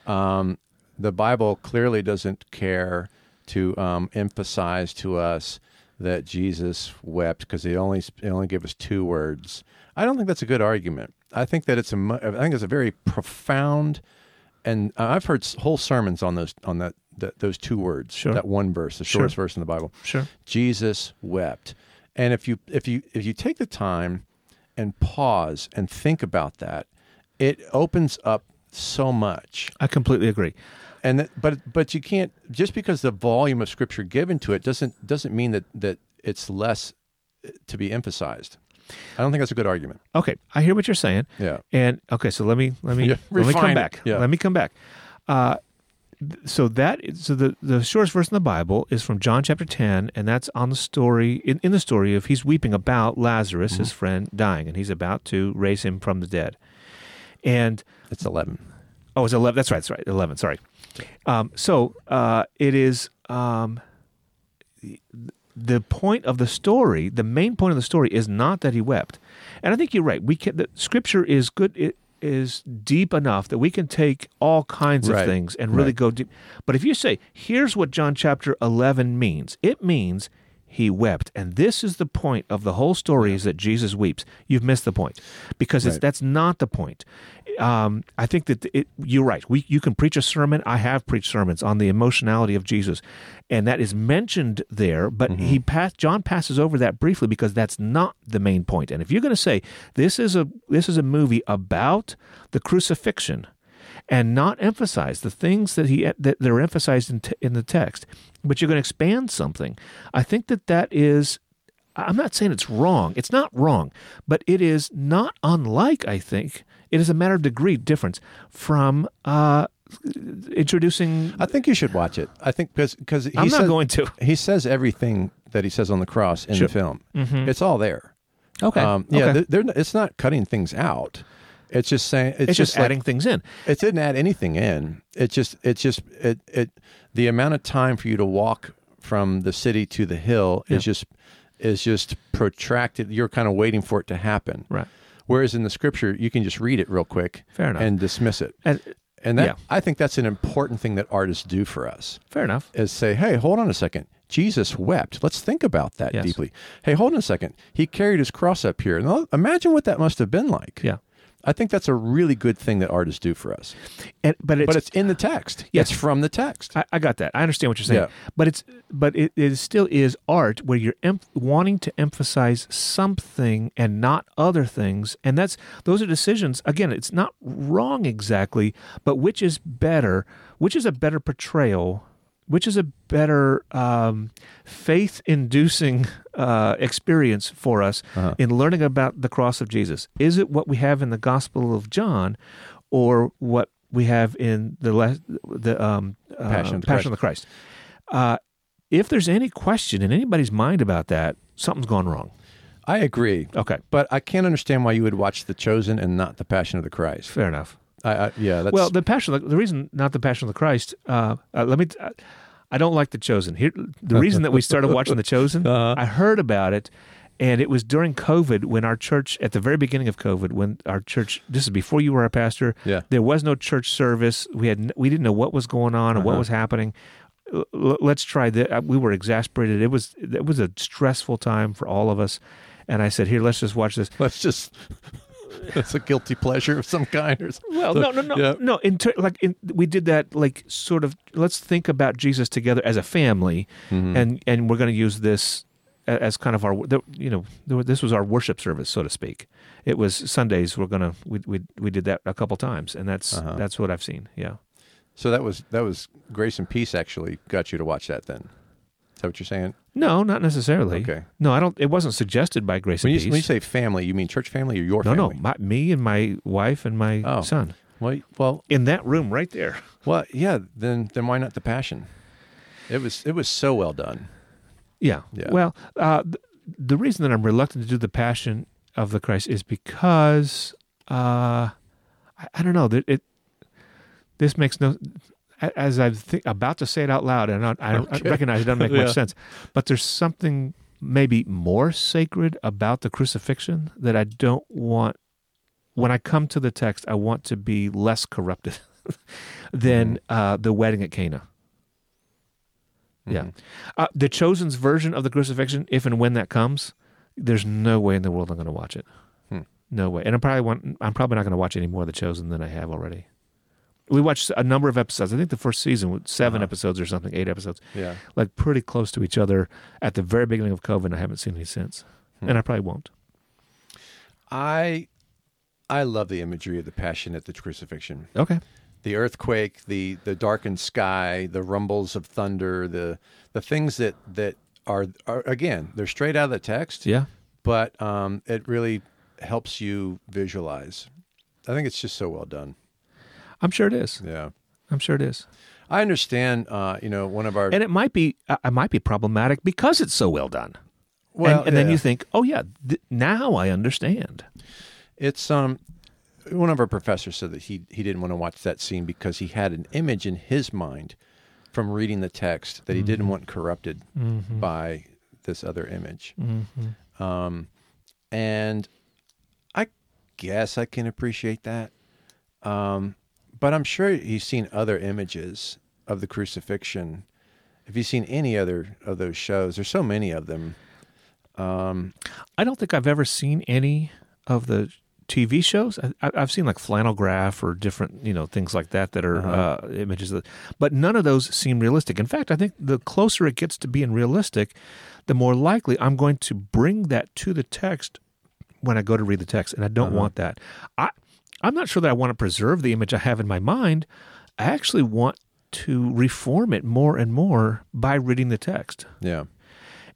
[SPEAKER 4] Um, the Bible clearly doesn't care to um, emphasize to us that Jesus wept because they only they only give us two words. I don't think that's a good argument. I think that it's a mu- I think it's a very profound, and uh, I've heard s- whole sermons on those on that, that those two words,
[SPEAKER 1] Sure.
[SPEAKER 4] that one verse, the
[SPEAKER 1] Sure.
[SPEAKER 4] shortest verse in the Bible.
[SPEAKER 1] Sure.
[SPEAKER 4] Jesus wept. And if you if you if you take the time and pause and think about that, it opens up so much.
[SPEAKER 1] I completely agree.
[SPEAKER 4] And that, but but you can't just because the volume of scripture given to it doesn't doesn't mean that that it's less uh, to be emphasized. I don't think that's a good argument.
[SPEAKER 1] Okay, I hear what you're saying.
[SPEAKER 4] Yeah.
[SPEAKER 1] And okay, so let me let me
[SPEAKER 4] Yeah,
[SPEAKER 1] let me
[SPEAKER 4] refine
[SPEAKER 1] come
[SPEAKER 4] it.
[SPEAKER 1] back.
[SPEAKER 4] Yeah.
[SPEAKER 1] Let me come back. Uh, th- so that is- so the the shortest verse in the Bible is from John chapter ten, and that's on the story in, in the story of he's weeping about Lazarus,
[SPEAKER 4] Mm-hmm.
[SPEAKER 1] his friend, dying, and he's about to raise him from the dead. And
[SPEAKER 4] It's 11.
[SPEAKER 1] Oh, it's eleven. That's right. That's right. Eleven. Sorry. Um, so uh, it is um, the point of the story. The main point of the story is not that he wept, and I think you're right. We can. The scripture is good. It is deep enough that we can take all kinds of
[SPEAKER 4] Right.
[SPEAKER 1] things and really
[SPEAKER 4] Right.
[SPEAKER 1] go deep. But if you say, "Here's what John chapter eleven means," it means he wept, and this is the point of the whole story: is that Jesus weeps. You've missed the point because it's,
[SPEAKER 4] Right.
[SPEAKER 1] that's not the point. Um, I think that it, you're right. We you can preach a sermon. I have preached sermons on the emotionality of Jesus, and that is mentioned there. But he pass, John passes over that briefly because that's not the main point. And if you're going to say this is a this is a movie about the crucifixion, and not emphasize the things that he that, that are emphasized in, t- in the text, but you're going to expand something. I think that that is I'm not saying it's wrong. It's not wrong, but it is not unlike, I think. It is a matter of degree difference from uh, introducing.
[SPEAKER 4] I think you should watch it. I think because because he
[SPEAKER 1] I'm not
[SPEAKER 4] says-
[SPEAKER 1] going to.
[SPEAKER 4] he says everything that he says on the cross in
[SPEAKER 1] Sure. Mm-hmm.
[SPEAKER 4] the film. It's all there.
[SPEAKER 1] Okay.
[SPEAKER 4] Um, yeah,
[SPEAKER 1] Okay.
[SPEAKER 4] they're, they're, not- it's not cutting things out. It's just saying it's,
[SPEAKER 1] It's, just,
[SPEAKER 4] like-
[SPEAKER 1] adding things in.
[SPEAKER 4] it didn't add anything in. It just it just it it the amount of time for you to walk from the city to the hill is just is just protracted. You're kind of waiting for it to happen.
[SPEAKER 1] Right.
[SPEAKER 4] Whereas in the scripture, you can just read it real quick,
[SPEAKER 1] Fair enough.
[SPEAKER 4] and dismiss it.
[SPEAKER 1] And,
[SPEAKER 4] And that
[SPEAKER 1] yeah.
[SPEAKER 4] I think that's an important thing that artists do for us
[SPEAKER 1] fair enough.
[SPEAKER 4] is say, hey, hold on a second. Jesus wept. Let's think about that
[SPEAKER 1] Yes.
[SPEAKER 4] deeply. Hey, hold on a second. He carried his cross up here. Now, imagine what that must have been like.
[SPEAKER 1] Yeah.
[SPEAKER 4] I think that's a really good thing that artists do for us.
[SPEAKER 1] And, but it's,
[SPEAKER 4] but it's in the text.
[SPEAKER 1] Yes.
[SPEAKER 4] It's from the text.
[SPEAKER 1] I, I got that. I understand what you're saying.
[SPEAKER 4] Yeah.
[SPEAKER 1] But it's but it, it still is art where you're em- wanting to emphasize something and not other things, and that's those are decisions. Again, it's not wrong exactly, but which is better? Which is a better portrayal? Which is a better um, faith-inducing uh, experience for us in learning about the cross of Jesus? Is it what we have in the Gospel of John, or what we have in the last the um, uh,
[SPEAKER 4] Passion of the
[SPEAKER 1] Passion of the Christ. Uh, if there's any question in anybody's mind about that, something's gone wrong.
[SPEAKER 4] I agree.
[SPEAKER 1] Okay,
[SPEAKER 4] But I can't understand why you would watch The Chosen and not The Passion of the Christ.
[SPEAKER 1] fair enough.
[SPEAKER 4] I, I, yeah, that's
[SPEAKER 1] well, the passion, the reason not the Passion of the Christ. Uh, uh, let me. I I don't like the Chosen. Here, the reason that we started watching the Chosen,
[SPEAKER 4] Uh-huh.
[SPEAKER 1] I heard about it, and it was during COVID when our church, at the very beginning of COVID, when our church, this is before you were our pastor.
[SPEAKER 4] Yeah.
[SPEAKER 1] there was no church service. We had n- we didn't know what was going on
[SPEAKER 4] Uh-huh.
[SPEAKER 1] and what was happening. L- uh, l- let's try that. We were exasperated. It was it was a stressful time for all of us, and I said, "Here, let's just watch this."
[SPEAKER 4] Let's just. That's a guilty pleasure of some kind, or something.
[SPEAKER 1] Well, no, no, no,
[SPEAKER 4] yeah.
[SPEAKER 1] no. In ter- like in, we did that, like sort of. Let's think about Jesus together as a family,
[SPEAKER 4] Mm-hmm.
[SPEAKER 1] and and we're going to use this a- as kind of our, the, you know, the- this was our worship service, so to speak. It was Sundays. We're gonna we we we did that a couple times, and that's
[SPEAKER 4] Uh-huh.
[SPEAKER 1] that's what I've seen. Yeah.
[SPEAKER 4] So that was that was Grace and Peace actually got you to watch that. Then is that what you're saying?
[SPEAKER 1] No, not necessarily.
[SPEAKER 4] Okay.
[SPEAKER 1] No, I don't. It wasn't suggested by Grace
[SPEAKER 4] When
[SPEAKER 1] and
[SPEAKER 4] you,
[SPEAKER 1] Peace.
[SPEAKER 4] when you say family, you mean church family or your
[SPEAKER 1] no, no,
[SPEAKER 4] family?
[SPEAKER 1] my, me and my wife and my
[SPEAKER 4] Oh.
[SPEAKER 1] son
[SPEAKER 4] Well, well,
[SPEAKER 1] in that room right there.
[SPEAKER 4] well, yeah. Then then why not the Passion? It was it was so well done.
[SPEAKER 1] Yeah.
[SPEAKER 4] Yeah.
[SPEAKER 1] Well, uh, th- the reason that I'm reluctant to do the Passion of the Christ is because uh, I, I don't know that it. This makes no. a- As I'm thi- about to say it out loud, and I, I, don't- I
[SPEAKER 4] Okay.
[SPEAKER 1] recognize it doesn't make
[SPEAKER 4] Yeah.
[SPEAKER 1] much sense, but there's something maybe more sacred about the crucifixion that I don't want. When I come to the text, I want to be less corrupted than uh, the wedding at Cana. Yeah. Uh, the Chosen's version of the crucifixion, if and when that comes, there's no way in the world I'm going to watch it.
[SPEAKER 4] Hmm.
[SPEAKER 1] No way. And I'm probably want, I'm probably not going to watch any more of the Chosen than I have already. We watched a number of episodes. I think the first season was 7 episodes or something, eight episodes,
[SPEAKER 4] Yeah.
[SPEAKER 1] like pretty close to each other at the very beginning of COVID. and I haven't seen any since, and I probably won't.
[SPEAKER 4] I I love the imagery of the Passion at the crucifixion.
[SPEAKER 1] Okay.
[SPEAKER 4] the earthquake, the the darkened sky, the rumbles of thunder, the the things that that are, are again they're straight out of the text,
[SPEAKER 1] Yeah.
[SPEAKER 4] but um, it really helps you visualize. I think it's just so well done.
[SPEAKER 1] I'm sure it is.
[SPEAKER 4] Yeah,
[SPEAKER 1] I'm sure it is.
[SPEAKER 4] I understand. Uh, you know, one of our
[SPEAKER 1] And it might be uh, it might be problematic because it's so well done.
[SPEAKER 4] well,
[SPEAKER 1] and, and then
[SPEAKER 4] yeah.
[SPEAKER 1] you think, "Oh yeah, th- now I understand."
[SPEAKER 4] It's um one of our professors said that he he didn't want to watch that scene because he had an image in his mind from reading the text that he didn't want corrupted by this other image. Um, and I guess I can appreciate that. Um, but I'm sure he's seen other images of the crucifixion. If you've seen any other of those shows, there's so many of them.
[SPEAKER 1] I don't think I've ever seen any of the TV shows. I, I- I've seen like flannel graph or different, you know, things like that that are uh images, of, but none of those seem realistic. In fact, I think the closer it gets to being realistic, the more likely I'm going to bring that to the text when I go to read the text, and I don't want that. I I'm not sure that I want to preserve the image I have in my mind. I actually want to reform it more and more by reading the text.
[SPEAKER 4] Yeah.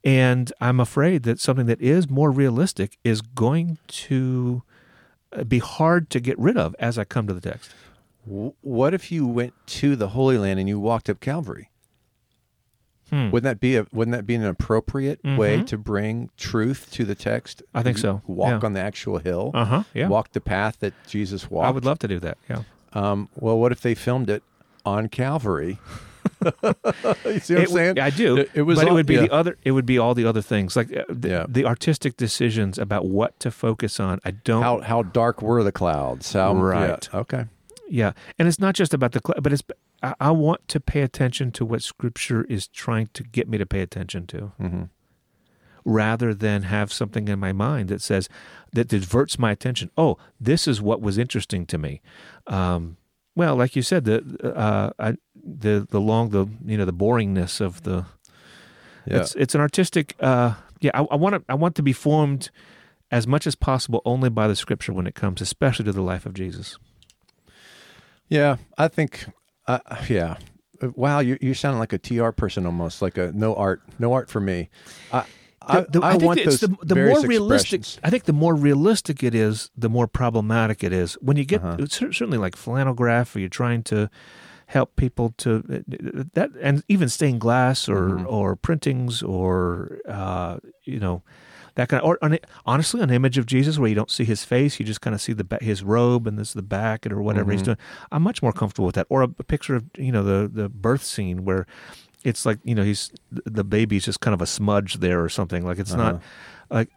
[SPEAKER 1] And I'm afraid that something that is more realistic is going to uh, be hard to get rid of as I come to the text.
[SPEAKER 4] W- What if you went to the Holy Land and you walked up Calvary?
[SPEAKER 1] Hmm.
[SPEAKER 4] Wouldn't that be a wouldn't that be an appropriate way to bring truth to the text?
[SPEAKER 1] Mm-hmm. I think so.
[SPEAKER 4] Walk
[SPEAKER 1] Yeah.
[SPEAKER 4] on the actual hill.
[SPEAKER 1] Uh-huh, yeah.
[SPEAKER 4] Walk the path that Jesus walked.
[SPEAKER 1] I would love to do that. Yeah.
[SPEAKER 4] Um, well, what if they filmed it on Calvary? you see what
[SPEAKER 1] It
[SPEAKER 4] I'm
[SPEAKER 1] would-
[SPEAKER 4] saying?
[SPEAKER 1] I do.
[SPEAKER 4] It, it was.
[SPEAKER 1] but it
[SPEAKER 4] all-
[SPEAKER 1] would be
[SPEAKER 4] yeah.
[SPEAKER 1] the other. It would be all the other things, like uh, the,
[SPEAKER 4] Yeah.
[SPEAKER 1] the artistic decisions about what to focus on. I don't.
[SPEAKER 4] how how dark were the clouds? How yeah,
[SPEAKER 1] Right.
[SPEAKER 4] okay.
[SPEAKER 1] Yeah, and it's not just about the, cl- but it's. I, I want to pay attention to what Scripture is trying to get me to pay attention to, rather than have something in my mind that says that diverts my attention. Oh, this is what was interesting to me. Um, well, like you said, the uh, I, the the long the you know the boringness of the
[SPEAKER 4] Yeah.
[SPEAKER 1] it's it's an artistic. Uh, yeah, I, I want to I want to be formed as much as possible only by the Scripture when it comes, especially to the life of Jesus.
[SPEAKER 4] Yeah, I think, uh, yeah. Uh, Wow, you you sound like a TR person almost, like a no art, no art for me. I I,
[SPEAKER 1] The- the-
[SPEAKER 4] I,
[SPEAKER 1] think
[SPEAKER 4] want
[SPEAKER 1] it's
[SPEAKER 4] those
[SPEAKER 1] the, the
[SPEAKER 4] various
[SPEAKER 1] more realistic.
[SPEAKER 4] expressions.
[SPEAKER 1] I think the more realistic it is, the more problematic it is. When you get it's cer- certainly like flannel graph, or you're trying to help people to uh, that, and even stained glass or or printings or uh, you know that kind of or an, honestly an image of Jesus where you don't see his face, you just kind of see the ba- his robe and this the back and or whatever he's doing. I'm much more comfortable with that. Or a, a picture of you know the the birth scene where it's like you know he's th- the baby's just kind of a smudge there or something. Like it's not like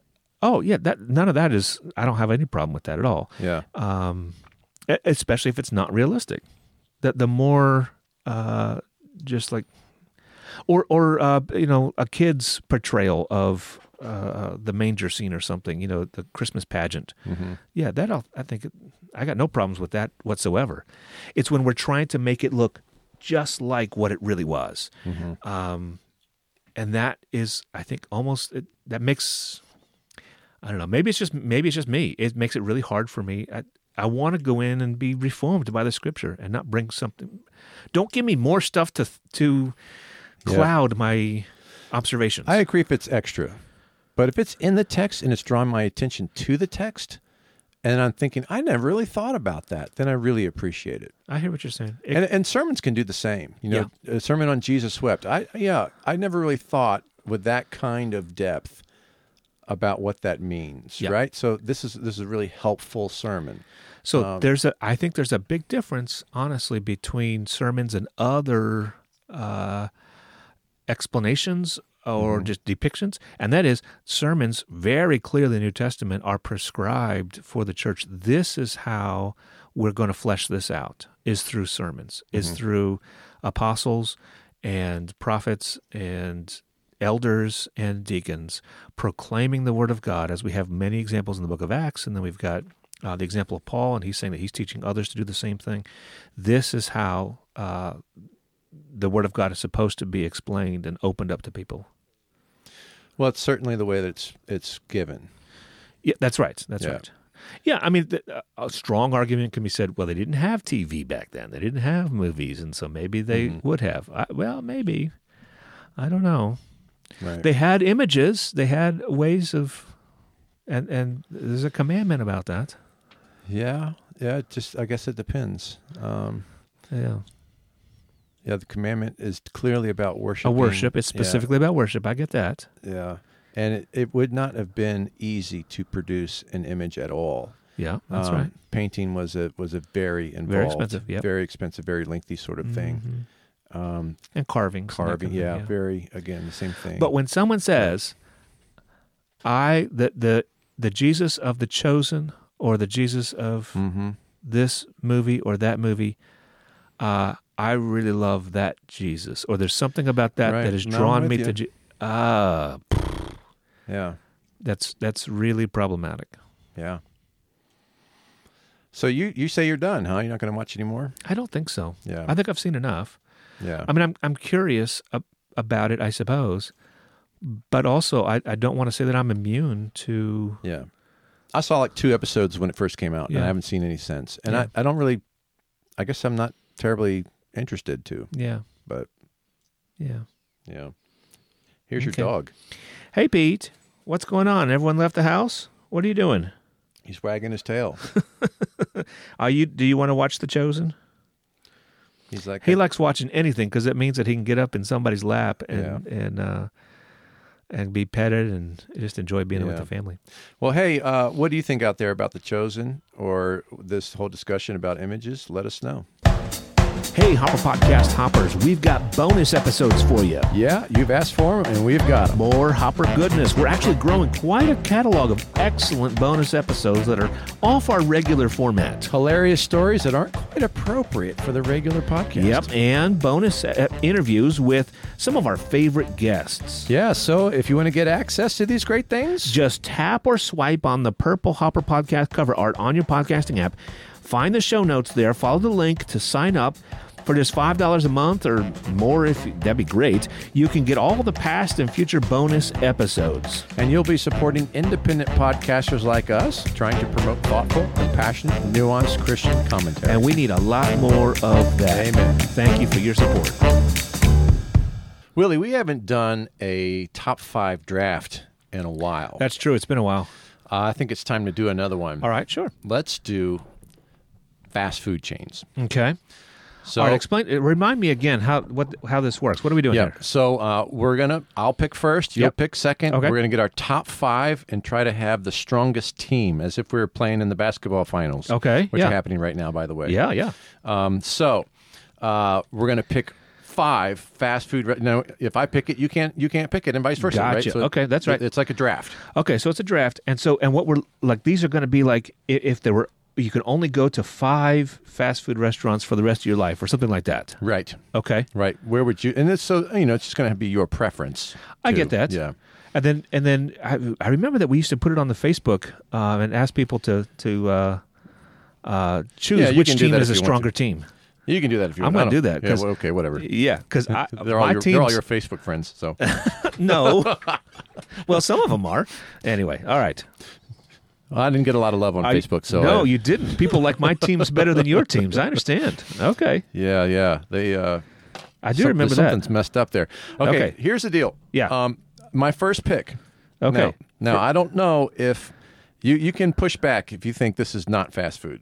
[SPEAKER 1] oh yeah that none of that is. I don't have any problem with that at all.
[SPEAKER 4] Yeah,
[SPEAKER 1] Um, e- especially if it's not realistic. That the more uh, just like or or uh, you know a kid's portrayal of uh, the manger scene or something, you know, the Christmas pageant. Yeah, that I'll, I think I got no problems with that whatsoever. It's when we're trying to make it look just like what it really was, um, and that is, I think, almost it, that makes. I don't know. Maybe it's just maybe it's just me. It makes it really hard for me. I, I want to go in and be reformed by the Scripture and not bring something. Don't give me more stuff to to
[SPEAKER 4] Yeah.
[SPEAKER 1] cloud my observations.
[SPEAKER 4] I agree if it's extra, but if it's in the text and it's drawn my attention to the text, and I'm thinking I never really thought about that, then I really appreciate it.
[SPEAKER 1] I hear what you're saying. It-
[SPEAKER 4] and, and sermons can do the same. You know, a sermon on Jesus wept. I yeah, I never really thought with that kind of depth about what that means,
[SPEAKER 1] Yeah.
[SPEAKER 4] right? So this is this is a really helpful sermon.
[SPEAKER 1] so
[SPEAKER 4] Um,
[SPEAKER 1] there's a I think there's a big difference, honestly, between sermons and other uh, explanations or just depictions, and that is sermons very clearly in the New Testament are prescribed for the church. This is how we're going to flesh this out is through sermons, is through apostles and prophets and elders and deacons proclaiming the word of God, as we have many examples in the book of Acts, and then we've got uh, the example of Paul, and he's saying that he's teaching others to do the same thing. This is how uh, the word of God is supposed to be explained and opened up to people.
[SPEAKER 4] Well, it's certainly the way that it's it's given.
[SPEAKER 1] Yeah, that's right. That's
[SPEAKER 4] Yeah.
[SPEAKER 1] right. Yeah, I mean, th- a strong argument can be said. Well, they didn't have TV back then; they didn't have movies, and so maybe they
[SPEAKER 4] Mm-hmm.
[SPEAKER 1] would have. I, well, maybe. I don't know.
[SPEAKER 4] Right.
[SPEAKER 1] They had images. They had ways of, and and there's a commandment about that.
[SPEAKER 4] yeah, yeah. it Just I guess it depends. Um,
[SPEAKER 1] Yeah,
[SPEAKER 4] yeah, the commandment is clearly about worship.
[SPEAKER 1] a worship. It's specifically about worship. I get that.
[SPEAKER 4] Yeah, yeah. and it, it would not have been easy to produce an image at all.
[SPEAKER 1] Yeah, that's
[SPEAKER 4] Um,
[SPEAKER 1] right.
[SPEAKER 4] Painting was a was a very involved,
[SPEAKER 1] expensive, yep.
[SPEAKER 4] very expensive, very lengthy sort of thing. Um,
[SPEAKER 1] Mm-hmm. And carvings. and that
[SPEAKER 4] carving,
[SPEAKER 1] kind of
[SPEAKER 4] yeah,
[SPEAKER 1] thing,
[SPEAKER 4] very again the same thing.
[SPEAKER 1] But when someone says, "I the the the Jesus of the chosen or the Jesus of
[SPEAKER 4] Mhm.
[SPEAKER 1] this movie or that movie," uh, I really love that Jesus, or there's something about that
[SPEAKER 4] Right.
[SPEAKER 1] that has
[SPEAKER 4] No, I'm
[SPEAKER 1] drawn
[SPEAKER 4] with
[SPEAKER 1] me
[SPEAKER 4] you.
[SPEAKER 1] to. Je- Ah,
[SPEAKER 4] yeah,
[SPEAKER 1] that's that's really problematic.
[SPEAKER 4] yeah. So you you say you're done, huh? You're not going to watch anymore?
[SPEAKER 1] I don't think so.
[SPEAKER 4] Yeah.
[SPEAKER 1] I think I've seen enough.
[SPEAKER 4] Yeah,
[SPEAKER 1] I mean, I'm I'm curious ab- about it, I suppose, but also I, I don't want to say that I'm immune to.
[SPEAKER 4] yeah. I saw like two episodes when it first came out, and
[SPEAKER 1] Yeah.
[SPEAKER 4] I haven't seen any since. And
[SPEAKER 1] Yeah.
[SPEAKER 4] I, I don't really, I guess I'm not terribly interested to,
[SPEAKER 1] Yeah,
[SPEAKER 4] but
[SPEAKER 1] yeah.
[SPEAKER 4] yeah. Here's
[SPEAKER 1] Okay.
[SPEAKER 4] your dog.
[SPEAKER 1] Hey, Pete, what's going on? Everyone left the house. What are you doing?
[SPEAKER 4] He's wagging his tail.
[SPEAKER 1] Are you? Do you want to watch The Chosen?
[SPEAKER 4] He's like,
[SPEAKER 1] He likes watching anything because it means that he can get up in somebody's lap and and uh, and be petted and just enjoy being with
[SPEAKER 4] Yeah.
[SPEAKER 1] the family.
[SPEAKER 4] Well, hey, uh, what do you think out there about the chosen or this whole discussion about images? Let us know.
[SPEAKER 1] Hey, Hopper Podcast Hoppers, we've got bonus episodes for you.
[SPEAKER 4] Yeah, you've asked for them, and we've got them.
[SPEAKER 1] More Hopper goodness. We're actually growing quite a catalog of excellent bonus episodes that are off our regular format.
[SPEAKER 4] Hilarious stories that aren't quite appropriate for the regular podcast.
[SPEAKER 1] Yep, and bonus uh, interviews with some of our favorite guests.
[SPEAKER 4] Yeah, so if you want to get access to these great things,
[SPEAKER 1] Just tap or swipe on the Purple Hopper Podcast cover art on your podcasting app. Find the show notes there. Follow the link to sign up. For just $5 a month or more, if that'd be great, you can get all the past and future bonus episodes.
[SPEAKER 4] and you'll be supporting independent podcasters like us trying to promote thoughtful, compassionate, nuanced Christian commentary.
[SPEAKER 1] And we need a lot more of that.
[SPEAKER 4] Amen.
[SPEAKER 1] Thank you for your support.
[SPEAKER 4] Willie, we haven't done a top five draft in a while.
[SPEAKER 1] That's true. It's been a while.
[SPEAKER 4] Uh, I think it's time to do another one.
[SPEAKER 1] All right, sure.
[SPEAKER 4] Let's do fast food chains.
[SPEAKER 1] Okay.
[SPEAKER 4] So
[SPEAKER 1] all right, explain. uh, Remind me again how what how this works. What are we doing
[SPEAKER 4] Yeah.
[SPEAKER 1] here?
[SPEAKER 4] So uh, we're gonna. I'll pick first. You'll
[SPEAKER 1] Yep.
[SPEAKER 4] pick second.
[SPEAKER 1] Okay.
[SPEAKER 4] We're gonna get our top five and try to have the strongest team, as if we were playing in the basketball finals.
[SPEAKER 1] Okay,
[SPEAKER 4] Which
[SPEAKER 1] yeah.
[SPEAKER 4] are happening right now, by the way.
[SPEAKER 1] Yeah, yeah.
[SPEAKER 4] Um, so uh, we're gonna pick five fast food. Re- no, if I pick it, you can't. You can't pick it, and vice versa. Right?
[SPEAKER 1] Gotcha. Okay, that's right.
[SPEAKER 4] It's like a draft.
[SPEAKER 1] Okay, so it's a draft, and so and what we're like these are going to be like i- if there were you can only go to five fast food restaurants for the rest of your life or something like that.
[SPEAKER 4] Right.
[SPEAKER 1] Okay,
[SPEAKER 4] Right. Where would you? And it's so you know, it's just gonna be your preference.
[SPEAKER 1] I
[SPEAKER 4] too.
[SPEAKER 1] get that.
[SPEAKER 4] Yeah.
[SPEAKER 1] And then and then I, I remember that we used to put it on the Facebook um, and ask people to to uh, uh, choose
[SPEAKER 4] Yeah, you
[SPEAKER 1] which
[SPEAKER 4] can do
[SPEAKER 1] team
[SPEAKER 4] that
[SPEAKER 1] is a
[SPEAKER 4] if you want
[SPEAKER 1] stronger team.
[SPEAKER 4] You can do that if you.
[SPEAKER 1] I'm
[SPEAKER 4] want.
[SPEAKER 1] gonna
[SPEAKER 4] I don't-
[SPEAKER 1] do that,
[SPEAKER 4] Yeah,
[SPEAKER 1] 'cause-
[SPEAKER 4] well, okay, whatever.
[SPEAKER 1] Yeah, because my
[SPEAKER 4] They're all, your, they're all
[SPEAKER 1] teams
[SPEAKER 4] your Facebook friends, so
[SPEAKER 1] no. well, some of them are. Anyway, all right.
[SPEAKER 4] I didn't get a lot of love on
[SPEAKER 1] I-
[SPEAKER 4] Facebook. So
[SPEAKER 1] no,
[SPEAKER 4] I-
[SPEAKER 1] you didn't. People like my teams better than your teams. I understand. Okay,
[SPEAKER 4] yeah, yeah, they. Uh,
[SPEAKER 1] I do
[SPEAKER 4] some-
[SPEAKER 1] remember
[SPEAKER 4] something's
[SPEAKER 1] that.
[SPEAKER 4] messed up there. Okay,
[SPEAKER 1] Okay.
[SPEAKER 4] here's the deal.
[SPEAKER 1] Yeah.
[SPEAKER 4] Um, my first pick.
[SPEAKER 1] Okay.
[SPEAKER 4] Now, now I don't know if you you can push back if you think this is not fast food.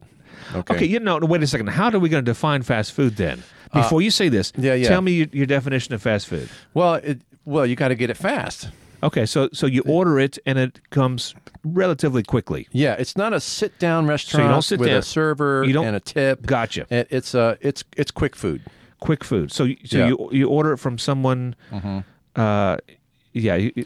[SPEAKER 4] Okay.
[SPEAKER 1] Okay, you know. Wait a second. How are we going to define fast food then? Before you say this,
[SPEAKER 4] Uh, yeah, yeah.
[SPEAKER 1] tell me your, your definition of fast food.
[SPEAKER 4] Well, it, well, you got to get it fast.
[SPEAKER 1] Okay, so so you order it and it comes relatively quickly.
[SPEAKER 4] Yeah, it's not a sit down restaurant
[SPEAKER 1] sit
[SPEAKER 4] with
[SPEAKER 1] down.
[SPEAKER 4] a server
[SPEAKER 1] You don't-
[SPEAKER 4] and a tip.
[SPEAKER 1] Gotcha.
[SPEAKER 4] It, it's uh, it's it's quick food.
[SPEAKER 1] Quick food. So you- so
[SPEAKER 4] Yeah. Mm-hmm.
[SPEAKER 1] you you order it from someone. Uh, yeah. You,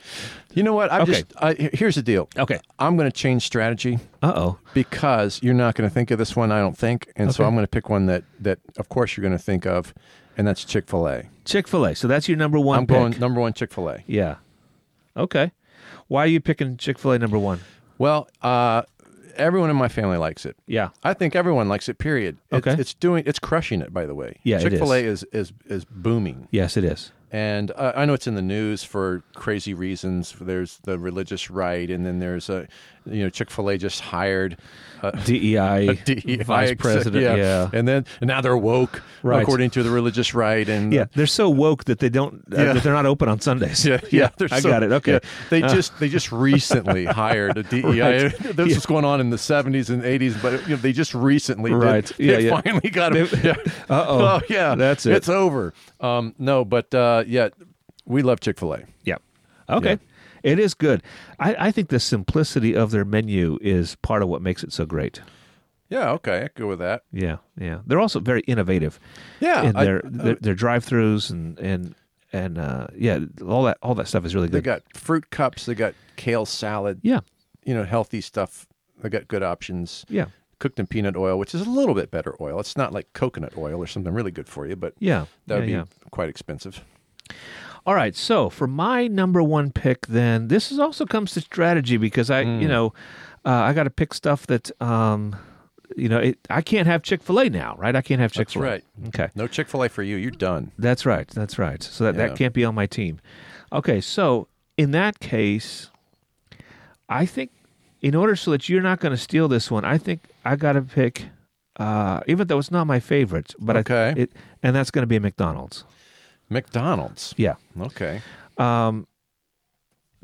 [SPEAKER 4] You know what? I'm
[SPEAKER 1] Okay.
[SPEAKER 4] just I, here- here's the deal.
[SPEAKER 1] Okay.
[SPEAKER 4] I'm going to change strategy
[SPEAKER 1] uh oh.
[SPEAKER 4] because you're not going to think of this one. I don't think, and so I'm going to pick one that that of course you're going to think of, and that's Chick Fil A.
[SPEAKER 1] Chick Fil A. So that's your number one.
[SPEAKER 4] I'm going
[SPEAKER 1] pick.
[SPEAKER 4] number one Chick Fil A.
[SPEAKER 1] Yeah. Okay. Why are you picking Chick Fil A number one?
[SPEAKER 4] Well, uh, everyone in my family likes it.
[SPEAKER 1] Yeah.
[SPEAKER 4] I think everyone likes it. Period. It's,
[SPEAKER 1] Okay.
[SPEAKER 4] it's doing it's crushing it. By the way,
[SPEAKER 1] Yeah, it is.
[SPEAKER 4] Chick Fil A is is is booming.
[SPEAKER 1] Yes, it is.
[SPEAKER 4] and uh, I know it's in the news for crazy reasons. There's the religious right, and then there's a, you know, Chick Fil A just hired a,
[SPEAKER 1] DEI,
[SPEAKER 4] a DEI
[SPEAKER 1] E vice
[SPEAKER 4] exec-
[SPEAKER 1] president. Yeah. Yeah.
[SPEAKER 4] E and then and now they're woke,
[SPEAKER 1] Right.
[SPEAKER 4] according to the religious right, and
[SPEAKER 1] They're so woke that they don't. Uh,
[SPEAKER 4] Yeah.
[SPEAKER 1] that they're not open on Sundays.
[SPEAKER 4] Yeah, yeah, they're
[SPEAKER 1] I
[SPEAKER 4] so-
[SPEAKER 1] got it. Okay. Uh,
[SPEAKER 4] yeah, they just they just recently hired a DEI.
[SPEAKER 1] Right.
[SPEAKER 4] This was going on in the seventies and eighties, but you know, they just recently did-
[SPEAKER 1] Right. Yeah,
[SPEAKER 4] they
[SPEAKER 1] yeah.
[SPEAKER 4] finally got it. Yeah.
[SPEAKER 1] Uh-oh.
[SPEAKER 4] oh yeah,
[SPEAKER 1] That's it.
[SPEAKER 4] It's over. Um, no, but uh, yeah, we love Chick Fil A.
[SPEAKER 1] Yeah. Okay.
[SPEAKER 4] Yeah.
[SPEAKER 1] It is good. I, I think the simplicity of their menu is part of what makes it so great.
[SPEAKER 4] Yeah, okay, I could go with that.
[SPEAKER 1] Yeah, yeah. They're also very innovative.
[SPEAKER 4] Yeah,
[SPEAKER 1] in
[SPEAKER 4] I- uh,
[SPEAKER 1] their their, their drive-throughs and and and uh, yeah, all that all that stuff is really
[SPEAKER 4] They
[SPEAKER 1] good.
[SPEAKER 4] got fruit cups. They got kale salad.
[SPEAKER 1] yeah,
[SPEAKER 4] you know, healthy stuff. They got good options.
[SPEAKER 1] yeah,
[SPEAKER 4] Cooked in peanut oil, which is a little bit better oil. It's not like coconut oil or something really good for you, but
[SPEAKER 1] yeah.
[SPEAKER 4] that would
[SPEAKER 1] yeah,
[SPEAKER 4] be
[SPEAKER 1] yeah.
[SPEAKER 4] quite expensive.
[SPEAKER 1] All right. So for my number one pick, then this is also comes to strategy because I,
[SPEAKER 4] Hmm.
[SPEAKER 1] you know, uh, I got to pick stuff that, um, you know, it, I can't have Chick Fil A now, right? I can't have Chick
[SPEAKER 4] That's
[SPEAKER 1] Fil A.
[SPEAKER 4] right.
[SPEAKER 1] Okay.
[SPEAKER 4] No Chick Fil A for you. You're done.
[SPEAKER 1] That's right. That's right. So that,
[SPEAKER 4] Yeah.
[SPEAKER 1] that can't be on my team. Okay. So in that case, I think in order so that you're not going to steal this one, I think I got to pick, uh, even though it's not my favorite, but I,
[SPEAKER 4] Okay.
[SPEAKER 1] it, and that's going to be McDonald's.
[SPEAKER 4] McDonald's.
[SPEAKER 1] Yeah.
[SPEAKER 4] Okay.
[SPEAKER 1] Um,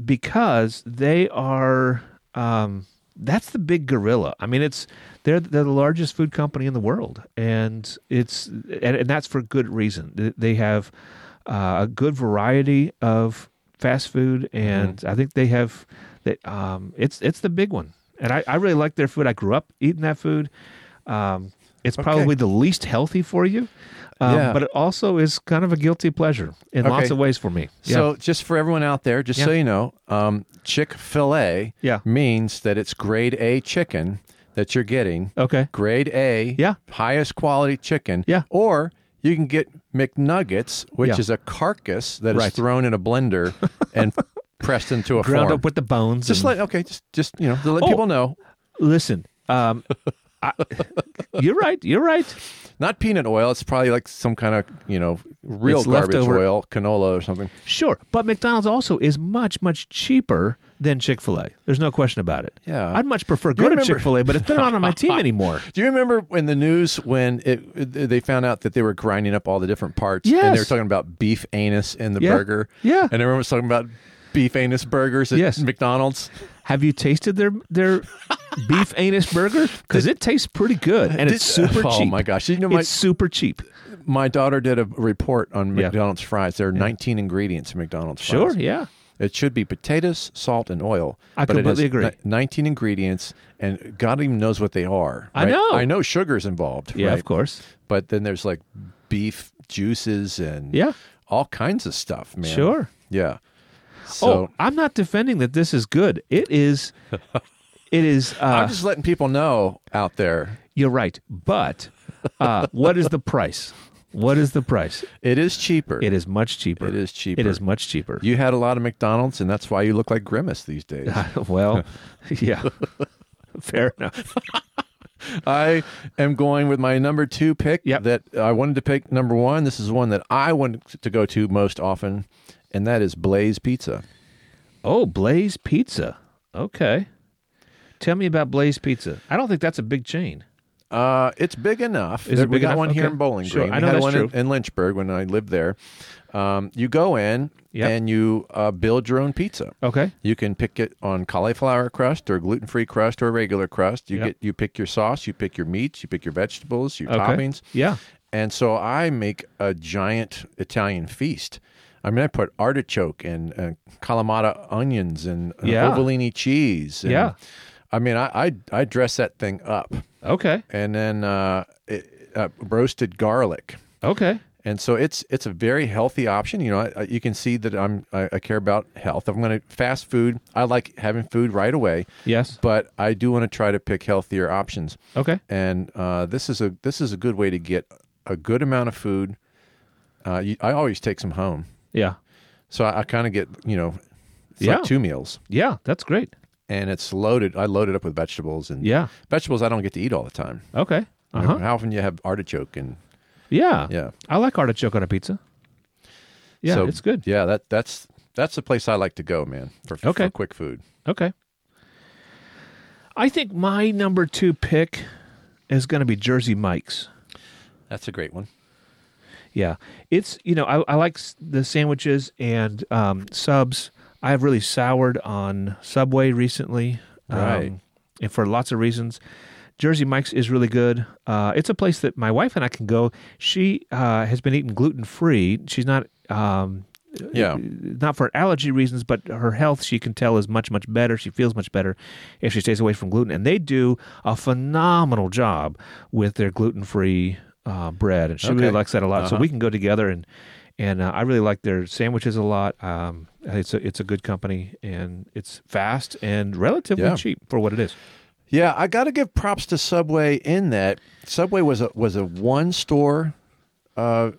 [SPEAKER 1] because they are, um, that's the big gorilla. I mean, it's they're they're the largest food company in the world, and it's and, and that's for good reason. Th- They have uh, a good variety of fast food, and
[SPEAKER 4] Mm-hmm.
[SPEAKER 1] I think they have they, um, it's it's the big one, and I, I really like their food. I grew up eating that food. Um, it's probably the least healthy for you, um,
[SPEAKER 4] Yeah.
[SPEAKER 1] but it also is kind of a guilty pleasure in lots
[SPEAKER 4] Okay.
[SPEAKER 1] of ways for me. Yeah.
[SPEAKER 4] So just for everyone out there, just so
[SPEAKER 1] Yeah.
[SPEAKER 4] you know, um, Chick Fil A
[SPEAKER 1] Yeah.
[SPEAKER 4] means that it's grade A chicken that you're getting.
[SPEAKER 1] okay,
[SPEAKER 4] grade A,
[SPEAKER 1] Yeah.
[SPEAKER 4] highest quality chicken,
[SPEAKER 1] Yeah.
[SPEAKER 4] or you can get McNuggets, which
[SPEAKER 1] Yeah.
[SPEAKER 4] is a carcass that is
[SPEAKER 1] Right.
[SPEAKER 4] thrown in a blender and pressed into a
[SPEAKER 1] ground
[SPEAKER 4] form.
[SPEAKER 1] up with the bones.
[SPEAKER 4] just
[SPEAKER 1] and-
[SPEAKER 4] let okay, just just you know, to
[SPEAKER 1] Mm-hmm.
[SPEAKER 4] let
[SPEAKER 1] Oh.
[SPEAKER 4] people know,
[SPEAKER 1] listen. Um, I, you're right. You're right.
[SPEAKER 4] not peanut oil. It's probably like some kind of you know real
[SPEAKER 1] It's
[SPEAKER 4] garbage
[SPEAKER 1] leftover-
[SPEAKER 4] oil, canola or something.
[SPEAKER 1] Sure, but McDonald's also is much much cheaper than Chick Fil A. There's no question about it.
[SPEAKER 4] Yeah.
[SPEAKER 1] I'd much prefer go to
[SPEAKER 4] remember-
[SPEAKER 1] Chick Fil A, but it's not on my team anymore.
[SPEAKER 4] Do you remember when the news when it, it- they found out that they were grinding up all the different parts and they were
[SPEAKER 1] Yes.
[SPEAKER 4] talking about beef anus in the
[SPEAKER 1] Yeah.
[SPEAKER 4] burger?
[SPEAKER 1] Yeah.
[SPEAKER 4] and everyone was talking about beef anus burgers at
[SPEAKER 1] Yes.
[SPEAKER 4] McDonald's.
[SPEAKER 1] Have you tasted their their beef anus burger? Because it tastes pretty good and it's
[SPEAKER 4] Did-
[SPEAKER 1] super
[SPEAKER 4] oh
[SPEAKER 1] cheap.
[SPEAKER 4] my gosh! You know my
[SPEAKER 1] it's super cheap.
[SPEAKER 4] my daughter did a report on
[SPEAKER 1] Yeah.
[SPEAKER 4] McDonald's fries. There are 19 ingredients in McDonald's
[SPEAKER 1] Sure.
[SPEAKER 4] fries.
[SPEAKER 1] Yeah.
[SPEAKER 4] It should be potatoes, salt, and oil.
[SPEAKER 1] I
[SPEAKER 4] but it has
[SPEAKER 1] completely agree.
[SPEAKER 4] ni- 19 ingredients, and God even knows what they are.
[SPEAKER 1] I
[SPEAKER 4] right?
[SPEAKER 1] know.
[SPEAKER 4] I know sugar's involved.
[SPEAKER 1] Yeah.
[SPEAKER 4] right?
[SPEAKER 1] Of course.
[SPEAKER 4] But then there's like beef juices and
[SPEAKER 1] Yeah.
[SPEAKER 4] all kinds of stuff, man.
[SPEAKER 1] Sure.
[SPEAKER 4] Yeah. So
[SPEAKER 1] oh, I'm not defending that this is good. It is. It is. Uh,
[SPEAKER 4] I'm just letting people know out there.
[SPEAKER 1] You're right. But uh, what is the price? What is the price?
[SPEAKER 4] It is cheaper.
[SPEAKER 1] It is much cheaper.
[SPEAKER 4] It is cheaper.
[SPEAKER 1] It is much cheaper.
[SPEAKER 4] You had a lot of McDonald's, and that's why you look like Grimace these days.
[SPEAKER 1] well, yeah. Fair enough.
[SPEAKER 4] I am going with my number two pick
[SPEAKER 1] Yep.
[SPEAKER 4] that I wanted to pick number one. This is one that I want to go to most often, and that is Blaze Pizza.
[SPEAKER 1] Oh, Blaze Pizza. Okay. Tell me about Blaze Pizza. I don't think that's a big chain.
[SPEAKER 4] Uh, it's big enough.
[SPEAKER 1] Is it
[SPEAKER 4] we
[SPEAKER 1] big
[SPEAKER 4] got
[SPEAKER 1] enough?
[SPEAKER 4] one here
[SPEAKER 1] Okay.
[SPEAKER 4] in Bowling
[SPEAKER 1] Sure.
[SPEAKER 4] Green.
[SPEAKER 1] I know
[SPEAKER 4] we had
[SPEAKER 1] that's
[SPEAKER 4] one in-
[SPEAKER 1] true.
[SPEAKER 4] in Lynchburg when I lived there. Um, you go in
[SPEAKER 1] Yep. Oh.
[SPEAKER 4] and you uh, build your own pizza.
[SPEAKER 1] Okay.
[SPEAKER 4] You can pick it on cauliflower crust or gluten free crust or regular crust. You
[SPEAKER 1] Yep.
[SPEAKER 4] get you pick your sauce, you pick your meats, you pick your vegetables, your
[SPEAKER 1] Okay.
[SPEAKER 4] toppings.
[SPEAKER 1] Yeah.
[SPEAKER 4] And so I make a giant Italian feast. I mean, I put artichoke and uh, Kalamata onions and uh,
[SPEAKER 1] Yeah.
[SPEAKER 4] Ovalini cheese. and-
[SPEAKER 1] Yeah.
[SPEAKER 4] I mean, I, I I dress that thing up,
[SPEAKER 1] Okay.
[SPEAKER 4] and then uh, it, uh, roasted garlic.
[SPEAKER 1] Okay.
[SPEAKER 4] And so it's it's a very healthy option. You know, I, I- you can see that I'm I, I care about health. I'm going to fast food. I like having food right away,
[SPEAKER 1] Yes.
[SPEAKER 4] but I do want to try to pick healthier options
[SPEAKER 1] Okay.
[SPEAKER 4] and uh, this is a this is a good way to get a good amount of food. Uh, you, I always take some home,
[SPEAKER 1] Yeah.
[SPEAKER 4] so I, I kind of get you know, it's
[SPEAKER 1] Yeah.
[SPEAKER 4] like two meals,
[SPEAKER 1] Yeah. That's great.
[SPEAKER 4] and it's loaded. I load it up with vegetables and
[SPEAKER 1] Yeah.
[SPEAKER 4] vegetables I don't get to eat all the time.
[SPEAKER 1] Okay.
[SPEAKER 4] You
[SPEAKER 1] Uh
[SPEAKER 4] know,
[SPEAKER 1] huh.
[SPEAKER 4] How often you have artichoke and
[SPEAKER 1] Yeah.
[SPEAKER 4] yeah,
[SPEAKER 1] I like artichoke on a pizza. Yeah,
[SPEAKER 4] So,
[SPEAKER 1] it's good.
[SPEAKER 4] Yeah, that that's that's the place I like to go, man, for, for
[SPEAKER 1] Okay.
[SPEAKER 4] quick food.
[SPEAKER 1] Okay. I think my number two pick is going to be Jersey Mike's.
[SPEAKER 4] That's a great one.
[SPEAKER 1] Yeah, it's you know I, I like s- the sandwiches and um, subs. I've really soured on Subway recently, um,
[SPEAKER 4] Right.
[SPEAKER 1] and for lots of reasons. Jersey Mike's is really good. Uh, it's a place that my wife and I can go. She uh, has been eating gluten free. She's not um,
[SPEAKER 4] Yeah,
[SPEAKER 1] not for allergy reasons, but her health she can tell is much much better. She feels much better if she stays away from gluten, and they do a phenomenal job with their gluten free uh, bread, and she really
[SPEAKER 4] Okay.
[SPEAKER 1] likes that a lot. So
[SPEAKER 4] Uh-huh.
[SPEAKER 1] we can go together and. And uh, I really like their sandwiches a lot. Um, it's a, it's a good company and it's fast and relatively
[SPEAKER 4] Yeah.
[SPEAKER 1] cheap for what it is.
[SPEAKER 4] yeah. I got to give props to Subway in that Subway was a was a one store uh,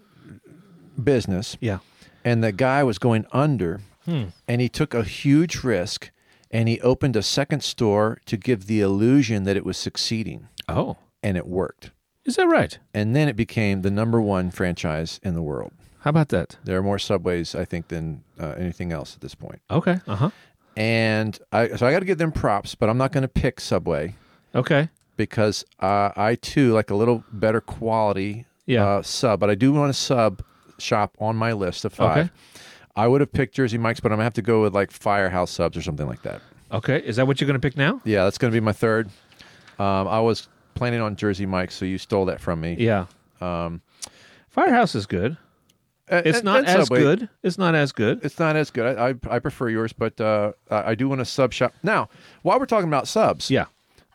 [SPEAKER 4] business.
[SPEAKER 1] Yeah,
[SPEAKER 4] and the guy was going under and he took a huge risk and he opened a second store to give the illusion that it was succeeding
[SPEAKER 1] Oh,
[SPEAKER 4] and it worked
[SPEAKER 1] is that right?
[SPEAKER 4] and then it became the number one franchise in the world
[SPEAKER 1] How about that?
[SPEAKER 4] there are more subways i think than uh, anything else at this point
[SPEAKER 1] Okay. Uh huh.
[SPEAKER 4] and I, so i got to give them props but i'm not going to pick subway
[SPEAKER 1] Okay.
[SPEAKER 4] because uh, i too like a little better quality
[SPEAKER 1] Yeah.
[SPEAKER 4] uh, sub but i do want a sub shop on my list of five
[SPEAKER 1] Okay.
[SPEAKER 4] I would have picked Jersey Mike's, but I'm gonna have to go with like Firehouse Subs or something like that.
[SPEAKER 1] Okay. Is that what you're going to pick now?
[SPEAKER 4] Yeah, that's gonna be my third. Um, I was planning on Jersey Mike's, so you stole that from me.
[SPEAKER 1] Yeah. Um, Firehouse is good.
[SPEAKER 4] A-
[SPEAKER 1] It's
[SPEAKER 4] and-
[SPEAKER 1] not
[SPEAKER 4] and
[SPEAKER 1] as
[SPEAKER 4] Subway.
[SPEAKER 1] good. It's not as good.
[SPEAKER 4] It's not as good. I, I, I prefer yours, but uh, I I do want a sub shop. Now, while we're talking about subs,
[SPEAKER 1] yeah.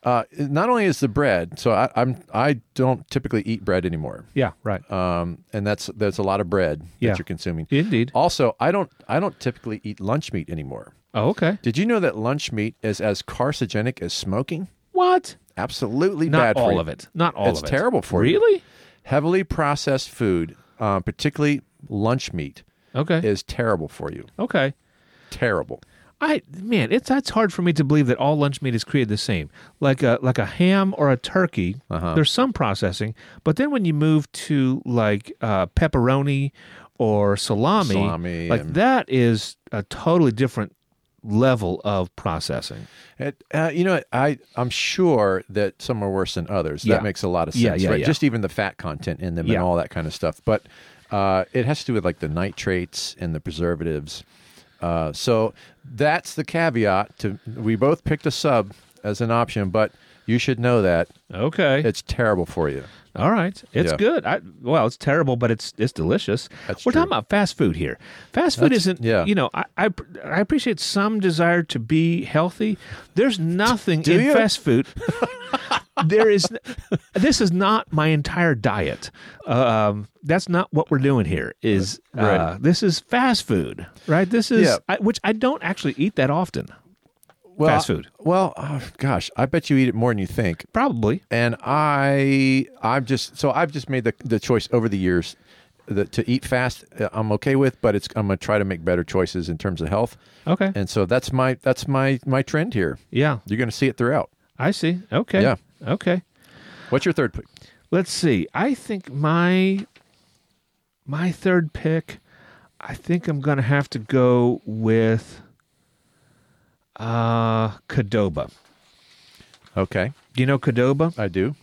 [SPEAKER 4] uh, not only is the bread, so I, I'm I don't typically eat bread anymore,
[SPEAKER 1] Yeah. Right.
[SPEAKER 4] um, and that's there's a lot of bread
[SPEAKER 1] Yeah.
[SPEAKER 4] that you're consuming.
[SPEAKER 1] Indeed.
[SPEAKER 4] Also, I don't I don't typically eat lunch meat anymore.
[SPEAKER 1] Oh, okay.
[SPEAKER 4] Did you know that lunch meat is as carcinogenic as smoking?
[SPEAKER 1] What?
[SPEAKER 4] Absolutely
[SPEAKER 1] Not
[SPEAKER 4] bad for
[SPEAKER 1] all
[SPEAKER 4] you.
[SPEAKER 1] of it. Not all
[SPEAKER 4] It's
[SPEAKER 1] of it.
[SPEAKER 4] terrible for you.
[SPEAKER 1] Really?
[SPEAKER 4] Heavily processed food, uh, particularly lunch meat,
[SPEAKER 1] Okay.
[SPEAKER 4] is terrible for you.
[SPEAKER 1] okay.
[SPEAKER 4] Terrible.
[SPEAKER 1] I man, it's that's hard for me to believe that all lunch meat is created the same. Like a like a ham or a turkey,
[SPEAKER 4] Uh-huh.
[SPEAKER 1] there's some processing, but then when you move to like uh, pepperoni or salami,
[SPEAKER 4] Salami
[SPEAKER 1] like
[SPEAKER 4] and-
[SPEAKER 1] that is a totally different level of processing.
[SPEAKER 4] It, uh, you know, I I'm sure that some are worse than others.
[SPEAKER 1] Yeah.
[SPEAKER 4] That makes a lot of sense,
[SPEAKER 1] Yeah, yeah,
[SPEAKER 4] right?
[SPEAKER 1] yeah.
[SPEAKER 4] Just even the fat content in them
[SPEAKER 1] Yeah.
[SPEAKER 4] and all that kind of stuff. But uh, it has to do with like the nitrates and the preservatives. Uh, so that's the caveat. To we both picked a sub as an option, but you should know that
[SPEAKER 1] Okay.
[SPEAKER 4] it's terrible for you.
[SPEAKER 1] All right, it's
[SPEAKER 4] Yeah.
[SPEAKER 1] good. I, well, it's terrible, but it's it's delicious.
[SPEAKER 4] That's
[SPEAKER 1] We're
[SPEAKER 4] true.
[SPEAKER 1] talking about fast food here. Fast food
[SPEAKER 4] That's-
[SPEAKER 1] isn't.
[SPEAKER 4] yeah.
[SPEAKER 1] You know, I, I I appreciate some desire to be healthy. There's nothing
[SPEAKER 4] Do
[SPEAKER 1] in
[SPEAKER 4] you?
[SPEAKER 1] fast food. there is. This is not my entire diet. Um, that's not what we're doing here. Is uh,
[SPEAKER 4] Right.
[SPEAKER 1] this is fast food, right? This is
[SPEAKER 4] Yeah.
[SPEAKER 1] I, which I don't actually eat that often.
[SPEAKER 4] Well,
[SPEAKER 1] Fast food.
[SPEAKER 4] Well, oh, gosh, I bet you eat it more than you think.
[SPEAKER 1] Probably.
[SPEAKER 4] And I, I'm just so I've just made the the choice over the years that to eat fast, uh, I'm okay with, but it's I'm gonna try to make better choices in terms of health.
[SPEAKER 1] Okay.
[SPEAKER 4] And so that's my that's my my trend here.
[SPEAKER 1] yeah.
[SPEAKER 4] You're gonna see it throughout.
[SPEAKER 1] I see. Okay.
[SPEAKER 4] Yeah.
[SPEAKER 1] Okay.
[SPEAKER 4] What's your third pick?
[SPEAKER 1] Let's see. I think my my third pick. I think I'm gonna have to go with uh Cadoba.
[SPEAKER 4] Okay,
[SPEAKER 1] Do you know Cadoba?
[SPEAKER 4] I do.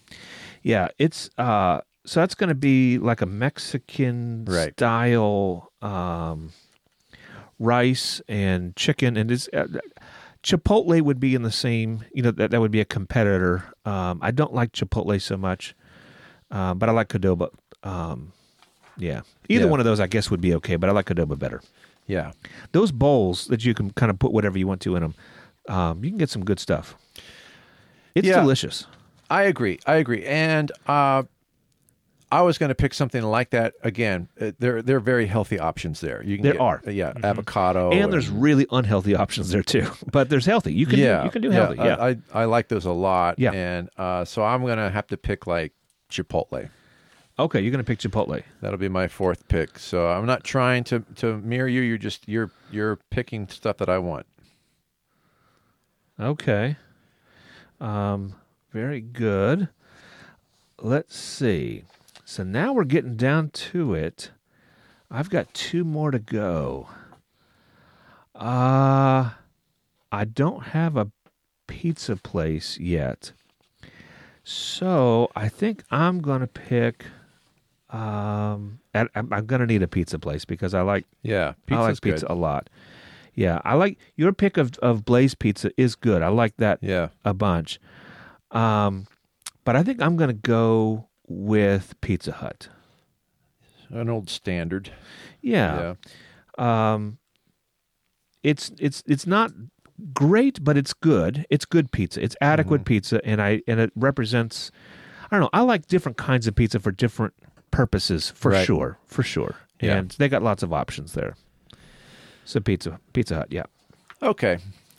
[SPEAKER 1] Yeah, it's uh so that's going to be like a Mexican
[SPEAKER 4] Right.
[SPEAKER 1] style um rice and chicken and it's uh, Chipotle would be in the same, you know, that that would be a competitor. Um I don't like Chipotle so much. Uh, but I like Cadoba. Um yeah. Either
[SPEAKER 4] Yeah.
[SPEAKER 1] one of those I guess would be okay, but I like Cadoba better.
[SPEAKER 4] Yeah.
[SPEAKER 1] Those bowls that you can kind of put whatever you want to in them. Um you can get some good stuff. It's
[SPEAKER 4] Yeah.
[SPEAKER 1] delicious.
[SPEAKER 4] I agree. I agree. And uh, I was going to pick something like that again. Uh, there, there are very healthy options there. You can
[SPEAKER 1] There
[SPEAKER 4] get- uh,
[SPEAKER 1] are. Mm-hmm.
[SPEAKER 4] yeah, avocado,
[SPEAKER 1] and there's really unhealthy options there too. But there's healthy. You can
[SPEAKER 4] yeah,
[SPEAKER 1] do, you can do
[SPEAKER 4] yeah.
[SPEAKER 1] healthy. Yeah,
[SPEAKER 4] I, I, I like those a lot.
[SPEAKER 1] Yeah.
[SPEAKER 4] and uh, so I'm going to have to pick like Chipotle.
[SPEAKER 1] okay, you're gonna pick Chipotle.
[SPEAKER 4] That'll be my fourth pick. So I'm not trying to to mirror you. You're just you're you're picking stuff that I want.
[SPEAKER 1] Okay, um, very good. Let's see. So now we're getting down to it. I've got two more to go. Uh I don't have a pizza place yet. So I think I'm gonna pick. Um, and I'm, I'm gonna need a pizza place because I like
[SPEAKER 4] Yeah, pizza's
[SPEAKER 1] I like
[SPEAKER 4] good.
[SPEAKER 1] pizza a lot. Yeah, I like your pick of of Blaze Pizza is good. I like that
[SPEAKER 4] Yeah,
[SPEAKER 1] a bunch. Um, but I think I'm gonna go with Pizza Hut.
[SPEAKER 4] an old standard.
[SPEAKER 1] Yeah.
[SPEAKER 4] Yeah,
[SPEAKER 1] Um, it's it's it's not great, but it's good. It's good pizza. It's adequate
[SPEAKER 4] Mm-hmm.
[SPEAKER 1] pizza, and I and it represents. I don't know. I like different kinds of pizza for different purposes, for
[SPEAKER 4] Right.
[SPEAKER 1] sure, for sure.
[SPEAKER 4] Yeah.
[SPEAKER 1] And they got lots of options there. So pizza, Pizza Hut, yeah.
[SPEAKER 4] Okay.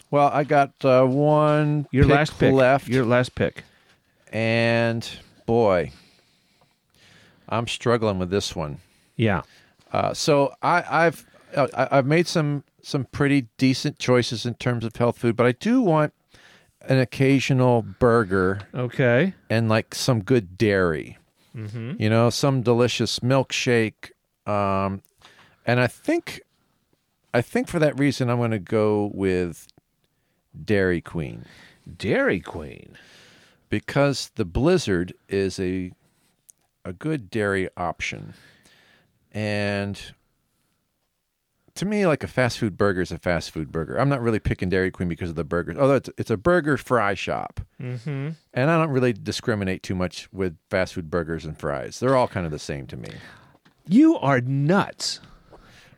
[SPEAKER 4] Well, I got uh, one
[SPEAKER 1] Your last pick
[SPEAKER 4] left.
[SPEAKER 1] Your last pick.
[SPEAKER 4] And boy, I'm struggling with this one.
[SPEAKER 1] Yeah.
[SPEAKER 4] Uh, so I, I've uh, I- I've made some some pretty decent choices in terms of health food, but I do want an occasional burger
[SPEAKER 1] Okay.
[SPEAKER 4] and like some good dairy.
[SPEAKER 1] Mm-hmm.
[SPEAKER 4] You know, some delicious milkshake. Um, and I think I think for that reason, I'm going to go with Dairy Queen
[SPEAKER 1] Dairy Queen.
[SPEAKER 4] because the blizzard is a a good dairy option and to me like a fast food burger is a fast food burger i'm not really picking dairy queen because of the burgers although it's, it's a burger fry shop mm-hmm. and i don't really discriminate too much with fast food burgers and fries they're all kind of the same to me
[SPEAKER 1] You are nuts.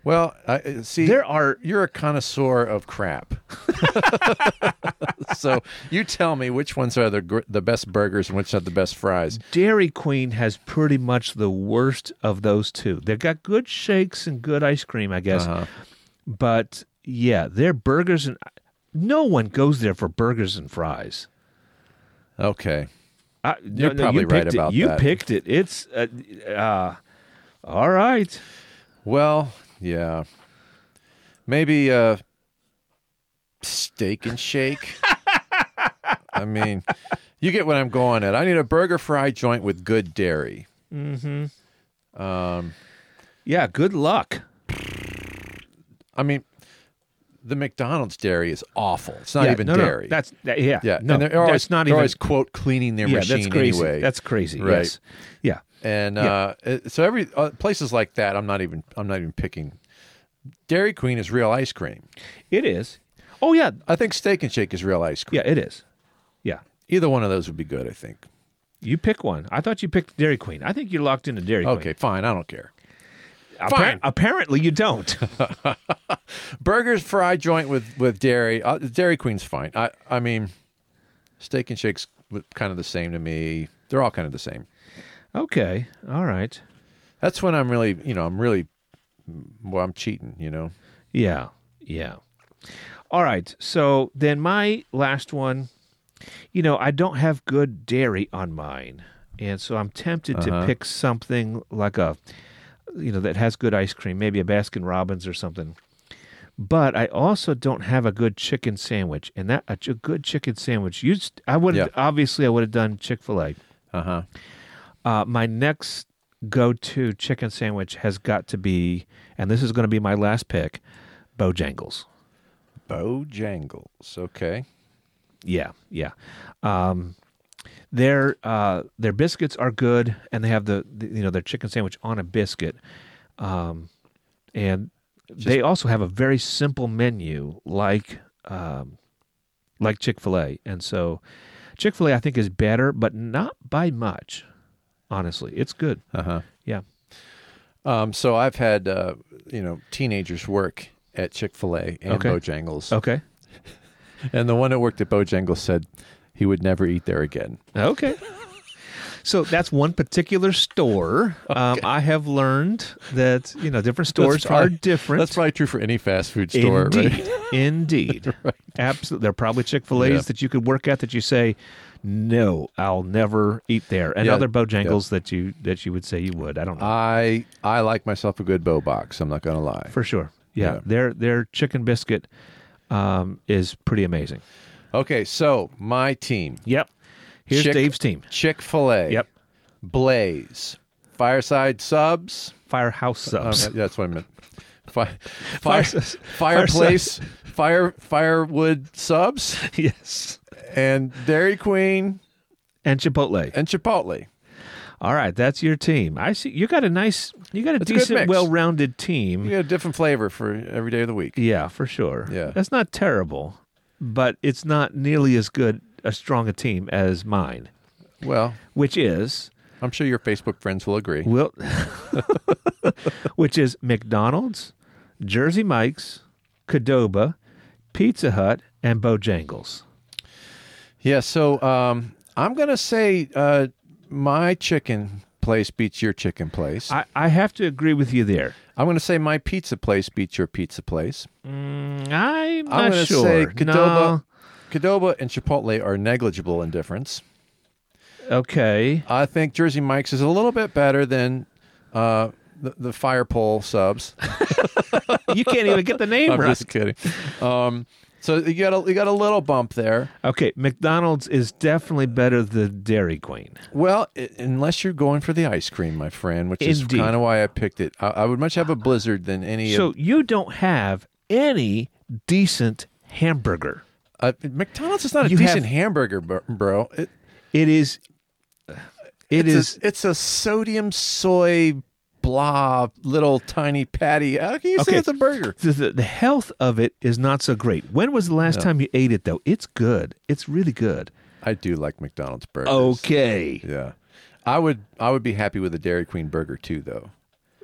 [SPEAKER 4] well I- I, see
[SPEAKER 1] There are
[SPEAKER 4] you're a connoisseur of crap so you tell me which ones are the, gr- the best burgers and which are the best fries
[SPEAKER 1] Dairy Queen has pretty much the worst of those two. They've got good shakes and good ice cream, I guess.
[SPEAKER 4] Uh-huh.
[SPEAKER 1] But yeah, their burgers and no one goes there for burgers and fries.
[SPEAKER 4] Okay.
[SPEAKER 1] I,
[SPEAKER 4] You're probably
[SPEAKER 1] you
[SPEAKER 4] right
[SPEAKER 1] picked it.
[SPEAKER 4] about
[SPEAKER 1] you
[SPEAKER 4] that.
[SPEAKER 1] picked it. It's uh, uh, all right.
[SPEAKER 4] Well, yeah. Maybe uh steak and shake. I mean, you get what I'm going at. I need a burger fry joint with good dairy.
[SPEAKER 1] Yeah, good luck.
[SPEAKER 4] I mean, the McDonald's dairy is awful. It's not
[SPEAKER 1] Yeah,
[SPEAKER 4] even
[SPEAKER 1] no, no,
[SPEAKER 4] dairy.
[SPEAKER 1] that's that, yeah.
[SPEAKER 4] yeah,
[SPEAKER 1] no,
[SPEAKER 4] and they're always,
[SPEAKER 1] that's not
[SPEAKER 4] they're
[SPEAKER 1] even
[SPEAKER 4] always quote cleaning their
[SPEAKER 1] yeah.
[SPEAKER 4] machine
[SPEAKER 1] That's crazy.
[SPEAKER 4] anyway.
[SPEAKER 1] That's crazy.
[SPEAKER 4] Right.
[SPEAKER 1] Yes. Yeah.
[SPEAKER 4] and uh, it- so every uh, places like that, I'm not even I'm not even picking. Dairy Queen is real ice cream.
[SPEAKER 1] It is. Oh yeah,
[SPEAKER 4] I think Steak and Shake is real ice cream.
[SPEAKER 1] yeah, it is. Yeah,
[SPEAKER 4] Either one of those would be good. I think.
[SPEAKER 1] you pick one. I thought you picked Dairy Queen. I think you're locked into Dairy Queen.
[SPEAKER 4] Okay, fine. I don't care.
[SPEAKER 1] Appar-
[SPEAKER 4] fine.
[SPEAKER 1] Apparently, you don't.
[SPEAKER 4] Burgers, fry joint with with dairy. Uh, dairy Queen's fine. I I mean, steak and shakes w- kind of the same to me. They're all kind of the same.
[SPEAKER 1] okay. All right.
[SPEAKER 4] That's when I'm really, you know, I'm really, well, I'm cheating. You know,
[SPEAKER 1] Yeah. Yeah. All right. So then my last one, you know, I don't have good dairy on mine. And so I'm tempted to pick something like a, you know, that has good ice cream, maybe a Baskin Robbins or something. But I also don't have a good chicken sandwich, and that a ch- good chicken sandwich. You, st- I would have
[SPEAKER 4] Yeah.
[SPEAKER 1] obviously I would have done Chick Fil A.
[SPEAKER 4] Uh huh.
[SPEAKER 1] Uh, my next go-to chicken sandwich has got to be, and this is going to be my last pick, Bojangles.
[SPEAKER 4] Bojangles. Okay.
[SPEAKER 1] Yeah, yeah. Um, their uh, their biscuits are good, and they have the, the you know their chicken sandwich on a biscuit, um, and they also have a very simple menu like um, like Chick fil A, and so Chick fil A I think is better, but not by much. Honestly, it's good.
[SPEAKER 4] Uh huh.
[SPEAKER 1] Yeah.
[SPEAKER 4] Um, so I've had uh, you know teenagers work at Chick Fil A and
[SPEAKER 1] Okay. Oh.
[SPEAKER 4] Bojangles,
[SPEAKER 1] Okay.
[SPEAKER 4] and the one that worked at Bojangles said he would never eat there again.
[SPEAKER 1] Okay. So that's one particular store. Um, I have learned that you know different stores
[SPEAKER 4] That's probably-
[SPEAKER 1] are different.
[SPEAKER 4] That's probably true for any fast food store,
[SPEAKER 1] indeed,
[SPEAKER 4] right?
[SPEAKER 1] indeed, absolutely. There are probably Chick Fil A's
[SPEAKER 4] Yeah.
[SPEAKER 1] that you could work at that you say, "No, I'll never eat there," and
[SPEAKER 4] Yeah, Uh,
[SPEAKER 1] other Bojangles that you that you would say you would. I don't know
[SPEAKER 4] I I like myself a good bow box. I'm not gonna lie.
[SPEAKER 1] for sure. Yeah,
[SPEAKER 4] Yeah.
[SPEAKER 1] their their chicken biscuit um, is pretty amazing.
[SPEAKER 4] Okay, so my team:
[SPEAKER 1] Yep. Here's
[SPEAKER 4] Chick-
[SPEAKER 1] Dave's team.
[SPEAKER 4] Chick Fil A,
[SPEAKER 1] Yep.
[SPEAKER 4] Blaze, Fireside Subs.
[SPEAKER 1] Firehouse subs.
[SPEAKER 4] Um, that's what I meant. Fire,
[SPEAKER 1] Fire
[SPEAKER 4] fire,
[SPEAKER 1] subs.
[SPEAKER 4] fireplace, fire, firewood subs,
[SPEAKER 1] yes.
[SPEAKER 4] and Dairy Queen
[SPEAKER 1] And Chipotle.
[SPEAKER 4] and Chipotle.
[SPEAKER 1] All right, that's your team. I see. You got a nice, you got a
[SPEAKER 4] a good
[SPEAKER 1] decent,
[SPEAKER 4] mix.
[SPEAKER 1] well-rounded team.
[SPEAKER 4] You
[SPEAKER 1] Yeah.
[SPEAKER 4] get a different flavor for every day of the week.
[SPEAKER 1] for sure.
[SPEAKER 4] Yeah.
[SPEAKER 1] that's not terrible, but it's not nearly as good, as strong a team as mine,
[SPEAKER 4] Well,
[SPEAKER 1] which is
[SPEAKER 4] I'm sure your Facebook friends will agree.
[SPEAKER 1] will, which is McDonald's, Jersey Mike's, Cadoba, Pizza Hut, and Bojangles.
[SPEAKER 4] Yeah, so um, I'm gonna say uh, my chicken place beats your chicken place. I,
[SPEAKER 1] I, I have to agree with you there.
[SPEAKER 4] am gonna say my pizza place beats your pizza place.
[SPEAKER 1] I'm
[SPEAKER 4] I'm
[SPEAKER 1] not
[SPEAKER 4] gonna
[SPEAKER 1] sure.
[SPEAKER 4] say Cadoba,
[SPEAKER 1] No.
[SPEAKER 4] Cadoba and Chipotle are negligible in difference.
[SPEAKER 1] Okay.
[SPEAKER 4] I think Jersey Mike's is a little bit better than uh, the, the fire pole subs.
[SPEAKER 1] You can't even get the name
[SPEAKER 4] I'm
[SPEAKER 1] right.
[SPEAKER 4] just kidding. Um, so you got a, you got a little bump there.
[SPEAKER 1] Okay, McDonald's is definitely better than Dairy Queen.
[SPEAKER 4] Well, i unless you're going for the ice cream, my friend, which is
[SPEAKER 1] Indeed.
[SPEAKER 4] kind of why I picked it. I, I would much have a blizzard than any.
[SPEAKER 1] So
[SPEAKER 4] of,
[SPEAKER 1] you don't have any decent hamburger.
[SPEAKER 4] uh, McDonald's is not a
[SPEAKER 1] you
[SPEAKER 4] decent
[SPEAKER 1] have-
[SPEAKER 4] hamburger, bro- bro. It,
[SPEAKER 1] It is. It
[SPEAKER 4] it's
[SPEAKER 1] is.
[SPEAKER 4] A, it's a sodium soy blah little tiny patty. How can you
[SPEAKER 1] Okay.
[SPEAKER 4] say it's a burger?
[SPEAKER 1] the, the- the health of it is not so great. When was the last time you ate it though? It's good. It's really good.
[SPEAKER 4] I do like McDonald's burgers.
[SPEAKER 1] Okay.
[SPEAKER 4] Yeah. I would I would be happy with a Dairy Queen burger too, though.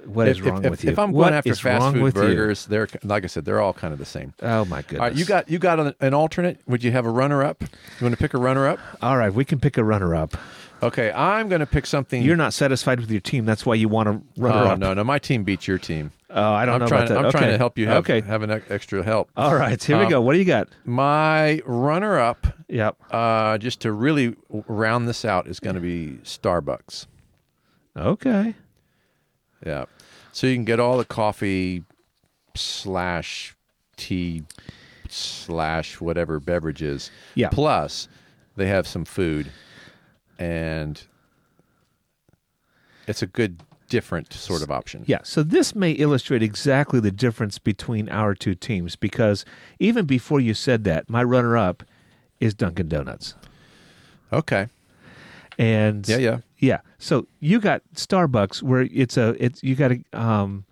[SPEAKER 1] What is
[SPEAKER 4] if,
[SPEAKER 1] wrong
[SPEAKER 4] if-
[SPEAKER 1] with you?
[SPEAKER 4] If I'm
[SPEAKER 1] What
[SPEAKER 4] going after
[SPEAKER 1] is
[SPEAKER 4] fast
[SPEAKER 1] wrong
[SPEAKER 4] food
[SPEAKER 1] with you?
[SPEAKER 4] burgers, they're like I said, they're all kind of the same.
[SPEAKER 1] Oh my goodness!
[SPEAKER 4] All right, you got you got an, an alternate. Would you have a runner up? You want to pick a runner up?
[SPEAKER 1] All right, we can pick a runner-up.
[SPEAKER 4] Hmm. Okay, I'm going to pick something.
[SPEAKER 1] You're not satisfied with your team. That's why you want a
[SPEAKER 4] Oh,
[SPEAKER 1] runner-up.
[SPEAKER 4] no, no, my team beats your team.
[SPEAKER 1] Oh, I don't
[SPEAKER 4] I'm
[SPEAKER 1] know
[SPEAKER 4] trying.
[SPEAKER 1] about that.
[SPEAKER 4] I'm
[SPEAKER 1] okay.
[SPEAKER 4] trying to help Uh, you have
[SPEAKER 1] okay.
[SPEAKER 4] have an ex- extra help.
[SPEAKER 1] All right, here we go. What do you got?
[SPEAKER 4] My runner up,
[SPEAKER 1] Yep.
[SPEAKER 4] uh, just to really round this out, is going to be Starbucks.
[SPEAKER 1] Okay.
[SPEAKER 4] Yeah. So you can get all the coffee slash tea slash whatever beverages.
[SPEAKER 1] Yeah.
[SPEAKER 4] Plus, they have some food, and it's a good different sort of option.
[SPEAKER 1] Yeah, so this may illustrate exactly the difference between our two teams because even before you said that, my runner up is Dunkin' Donuts.
[SPEAKER 4] Okay.
[SPEAKER 1] And
[SPEAKER 4] Yeah, yeah.
[SPEAKER 1] Yeah. So you got Starbucks where it's a it's you got a um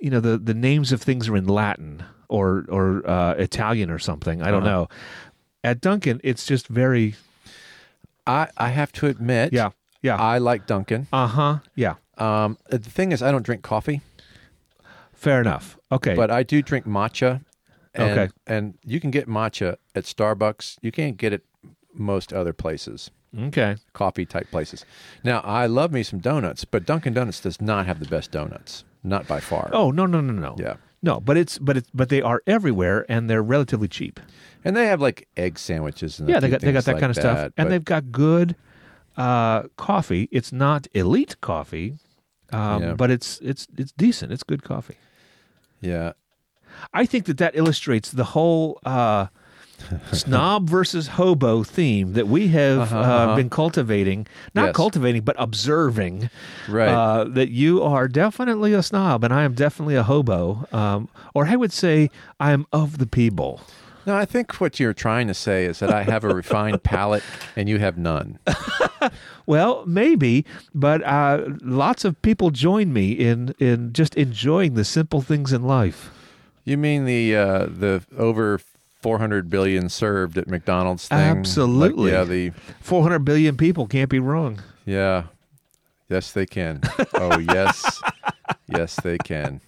[SPEAKER 1] you know the the names of things are in Latin or or uh, Italian or something. I don't
[SPEAKER 4] Uh-huh.
[SPEAKER 1] know. At Dunkin' it's just very
[SPEAKER 4] I I have to admit.
[SPEAKER 1] yeah. Yeah.
[SPEAKER 4] I like Dunkin'.
[SPEAKER 1] Uh-huh. Yeah.
[SPEAKER 4] Um, the thing is, I don't drink coffee,
[SPEAKER 1] Fair enough. Okay.
[SPEAKER 4] but I do drink matcha. And,
[SPEAKER 1] Okay.
[SPEAKER 4] And you can get matcha at Starbucks. You can't get it most other places.
[SPEAKER 1] okay.
[SPEAKER 4] coffee type places. Now, I love me some donuts, but Dunkin' Donuts does not have the best donuts, not by far.
[SPEAKER 1] Oh, no no no no.
[SPEAKER 4] Yeah.
[SPEAKER 1] No, but it's but it's but they are everywhere and they're relatively cheap.
[SPEAKER 4] And they have like egg sandwiches and a
[SPEAKER 1] yeah, they
[SPEAKER 4] few
[SPEAKER 1] got they got
[SPEAKER 4] things
[SPEAKER 1] that
[SPEAKER 4] like
[SPEAKER 1] kind of stuff,
[SPEAKER 4] but-
[SPEAKER 1] and they've got good uh, coffee. It's not elite coffee, um,
[SPEAKER 4] Yeah.
[SPEAKER 1] but it's it's it's decent. It's good coffee.
[SPEAKER 4] yeah.
[SPEAKER 1] I think that that illustrates the whole uh, snob versus hobo theme that we have uh been cultivating, not
[SPEAKER 4] Uh-huh, Yes.
[SPEAKER 1] cultivating, but observing.
[SPEAKER 4] Right.
[SPEAKER 1] Uh, that you are definitely a snob, and I am definitely a hobo, um, or I would say I am of the people.
[SPEAKER 4] No, I think what you're trying to say is that I have a refined palate and you have none.
[SPEAKER 1] Well, maybe, but uh, lots of people join me in in just enjoying the simple things in life.
[SPEAKER 4] You mean the uh, the over 400 billion served at McDonald's thing? Like,
[SPEAKER 1] Absolutely.
[SPEAKER 4] yeah. The
[SPEAKER 1] Four hundred billion people can't be wrong.
[SPEAKER 4] yeah. Yes, they can. Oh, yes. Yes, they can.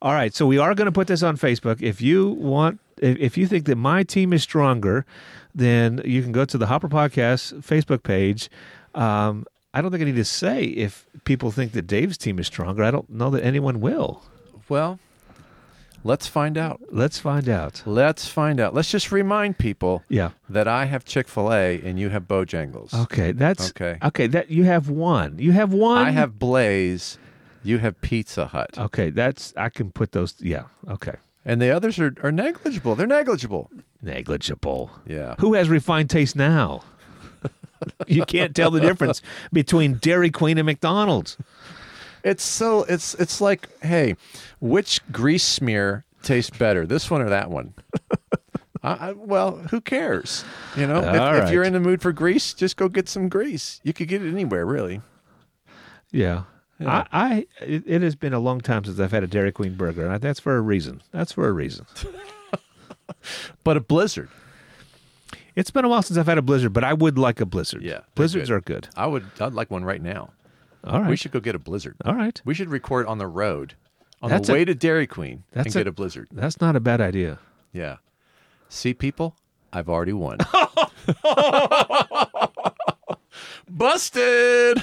[SPEAKER 1] All right, so we are going to put this on Facebook. If you want, if, if you think that my team is stronger, then you can go to the Hopper Podcast Facebook page. Um, I don't think I need to say if people think that Dave's team is stronger. I don't know that anyone will.
[SPEAKER 4] Well, let's find out.
[SPEAKER 1] Let's find out.
[SPEAKER 4] Let's find out. Let's just remind people
[SPEAKER 1] Yeah.
[SPEAKER 4] that I have Chick fil A and you have Bojangles.
[SPEAKER 1] Okay. That's
[SPEAKER 4] Okay.
[SPEAKER 1] Okay. That you have one. You have one.
[SPEAKER 4] I have Blaze, you have Pizza Hut.
[SPEAKER 1] Okay, that's I can put those. Yeah. Okay.
[SPEAKER 4] And the others are, are negligible. They're negligible.
[SPEAKER 1] Negligible.
[SPEAKER 4] Yeah.
[SPEAKER 1] Who has refined taste now? you can't tell the difference between Dairy Queen and McDonald's.
[SPEAKER 4] It's so it's it's like, hey, which grease smear tastes better, this one or that one? I, I, well, who cares? You know, if,
[SPEAKER 1] All
[SPEAKER 4] if you're
[SPEAKER 1] right.
[SPEAKER 4] in the mood for grease, just go get some grease. You could get it anywhere, really.
[SPEAKER 1] Yeah. I, I it, it has been a long time since I've had a Dairy Queen burger, and I, that's for a reason. That's for a reason.
[SPEAKER 4] But a blizzard,
[SPEAKER 1] It's been a while since I've had a blizzard, but I would like a blizzard.
[SPEAKER 4] Yeah, they're
[SPEAKER 1] blizzards
[SPEAKER 4] good.
[SPEAKER 1] are good.
[SPEAKER 4] I would. I'd like one right now.
[SPEAKER 1] All right,
[SPEAKER 4] We should go get a blizzard.
[SPEAKER 1] all right.
[SPEAKER 4] We should record on the road, on
[SPEAKER 1] That's a-
[SPEAKER 4] the way to Dairy Queen, and
[SPEAKER 1] that's a-
[SPEAKER 4] get a blizzard.
[SPEAKER 1] That's not a bad idea.
[SPEAKER 4] Yeah. See, people, I've already won. Busted.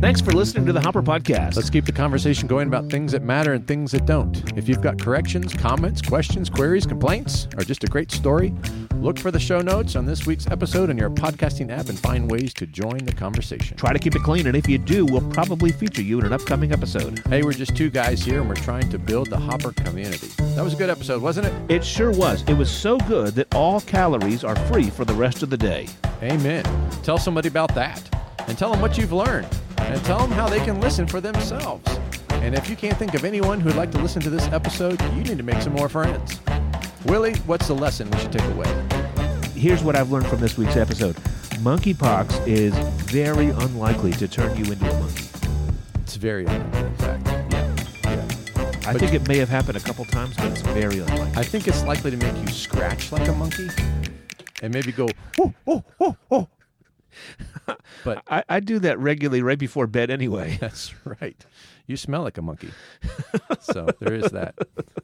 [SPEAKER 1] Thanks for listening to the Hopper Podcast.
[SPEAKER 4] Let's keep the conversation going about things that matter and things that don't. If you've got corrections, comments, questions, queries, complaints, or just a great story, look for the show notes on this week's episode on your podcasting app and find ways to join the conversation.
[SPEAKER 1] Try to keep it clean, and if you do, we'll probably feature you in an upcoming episode.
[SPEAKER 4] Hey, we're just two guys here and we're trying to build the Hopper community. That was a good episode, wasn't it?
[SPEAKER 1] It sure was. It was so good that all calories are free for the rest of the day.
[SPEAKER 4] Amen. Tell somebody about that and tell them what you've learned and tell them how they can listen for themselves. And if you can't think of anyone who'd like to listen to this episode, you need to make some more friends. Willie, what's the lesson we should take away?
[SPEAKER 1] Here's what I've learned from this week's episode monkeypox is very unlikely to turn you into a monkey.
[SPEAKER 4] It's very unlikely, in fact. Yeah.
[SPEAKER 1] I think it may have happened a couple times, but it's very unlikely.
[SPEAKER 4] I think it's likely to make you scratch like a monkey and maybe go, whoa, whoa, whoa, whoa. but
[SPEAKER 1] I, I do that regularly right before bed anyway.
[SPEAKER 4] that's right. You smell like a monkey. so there is that.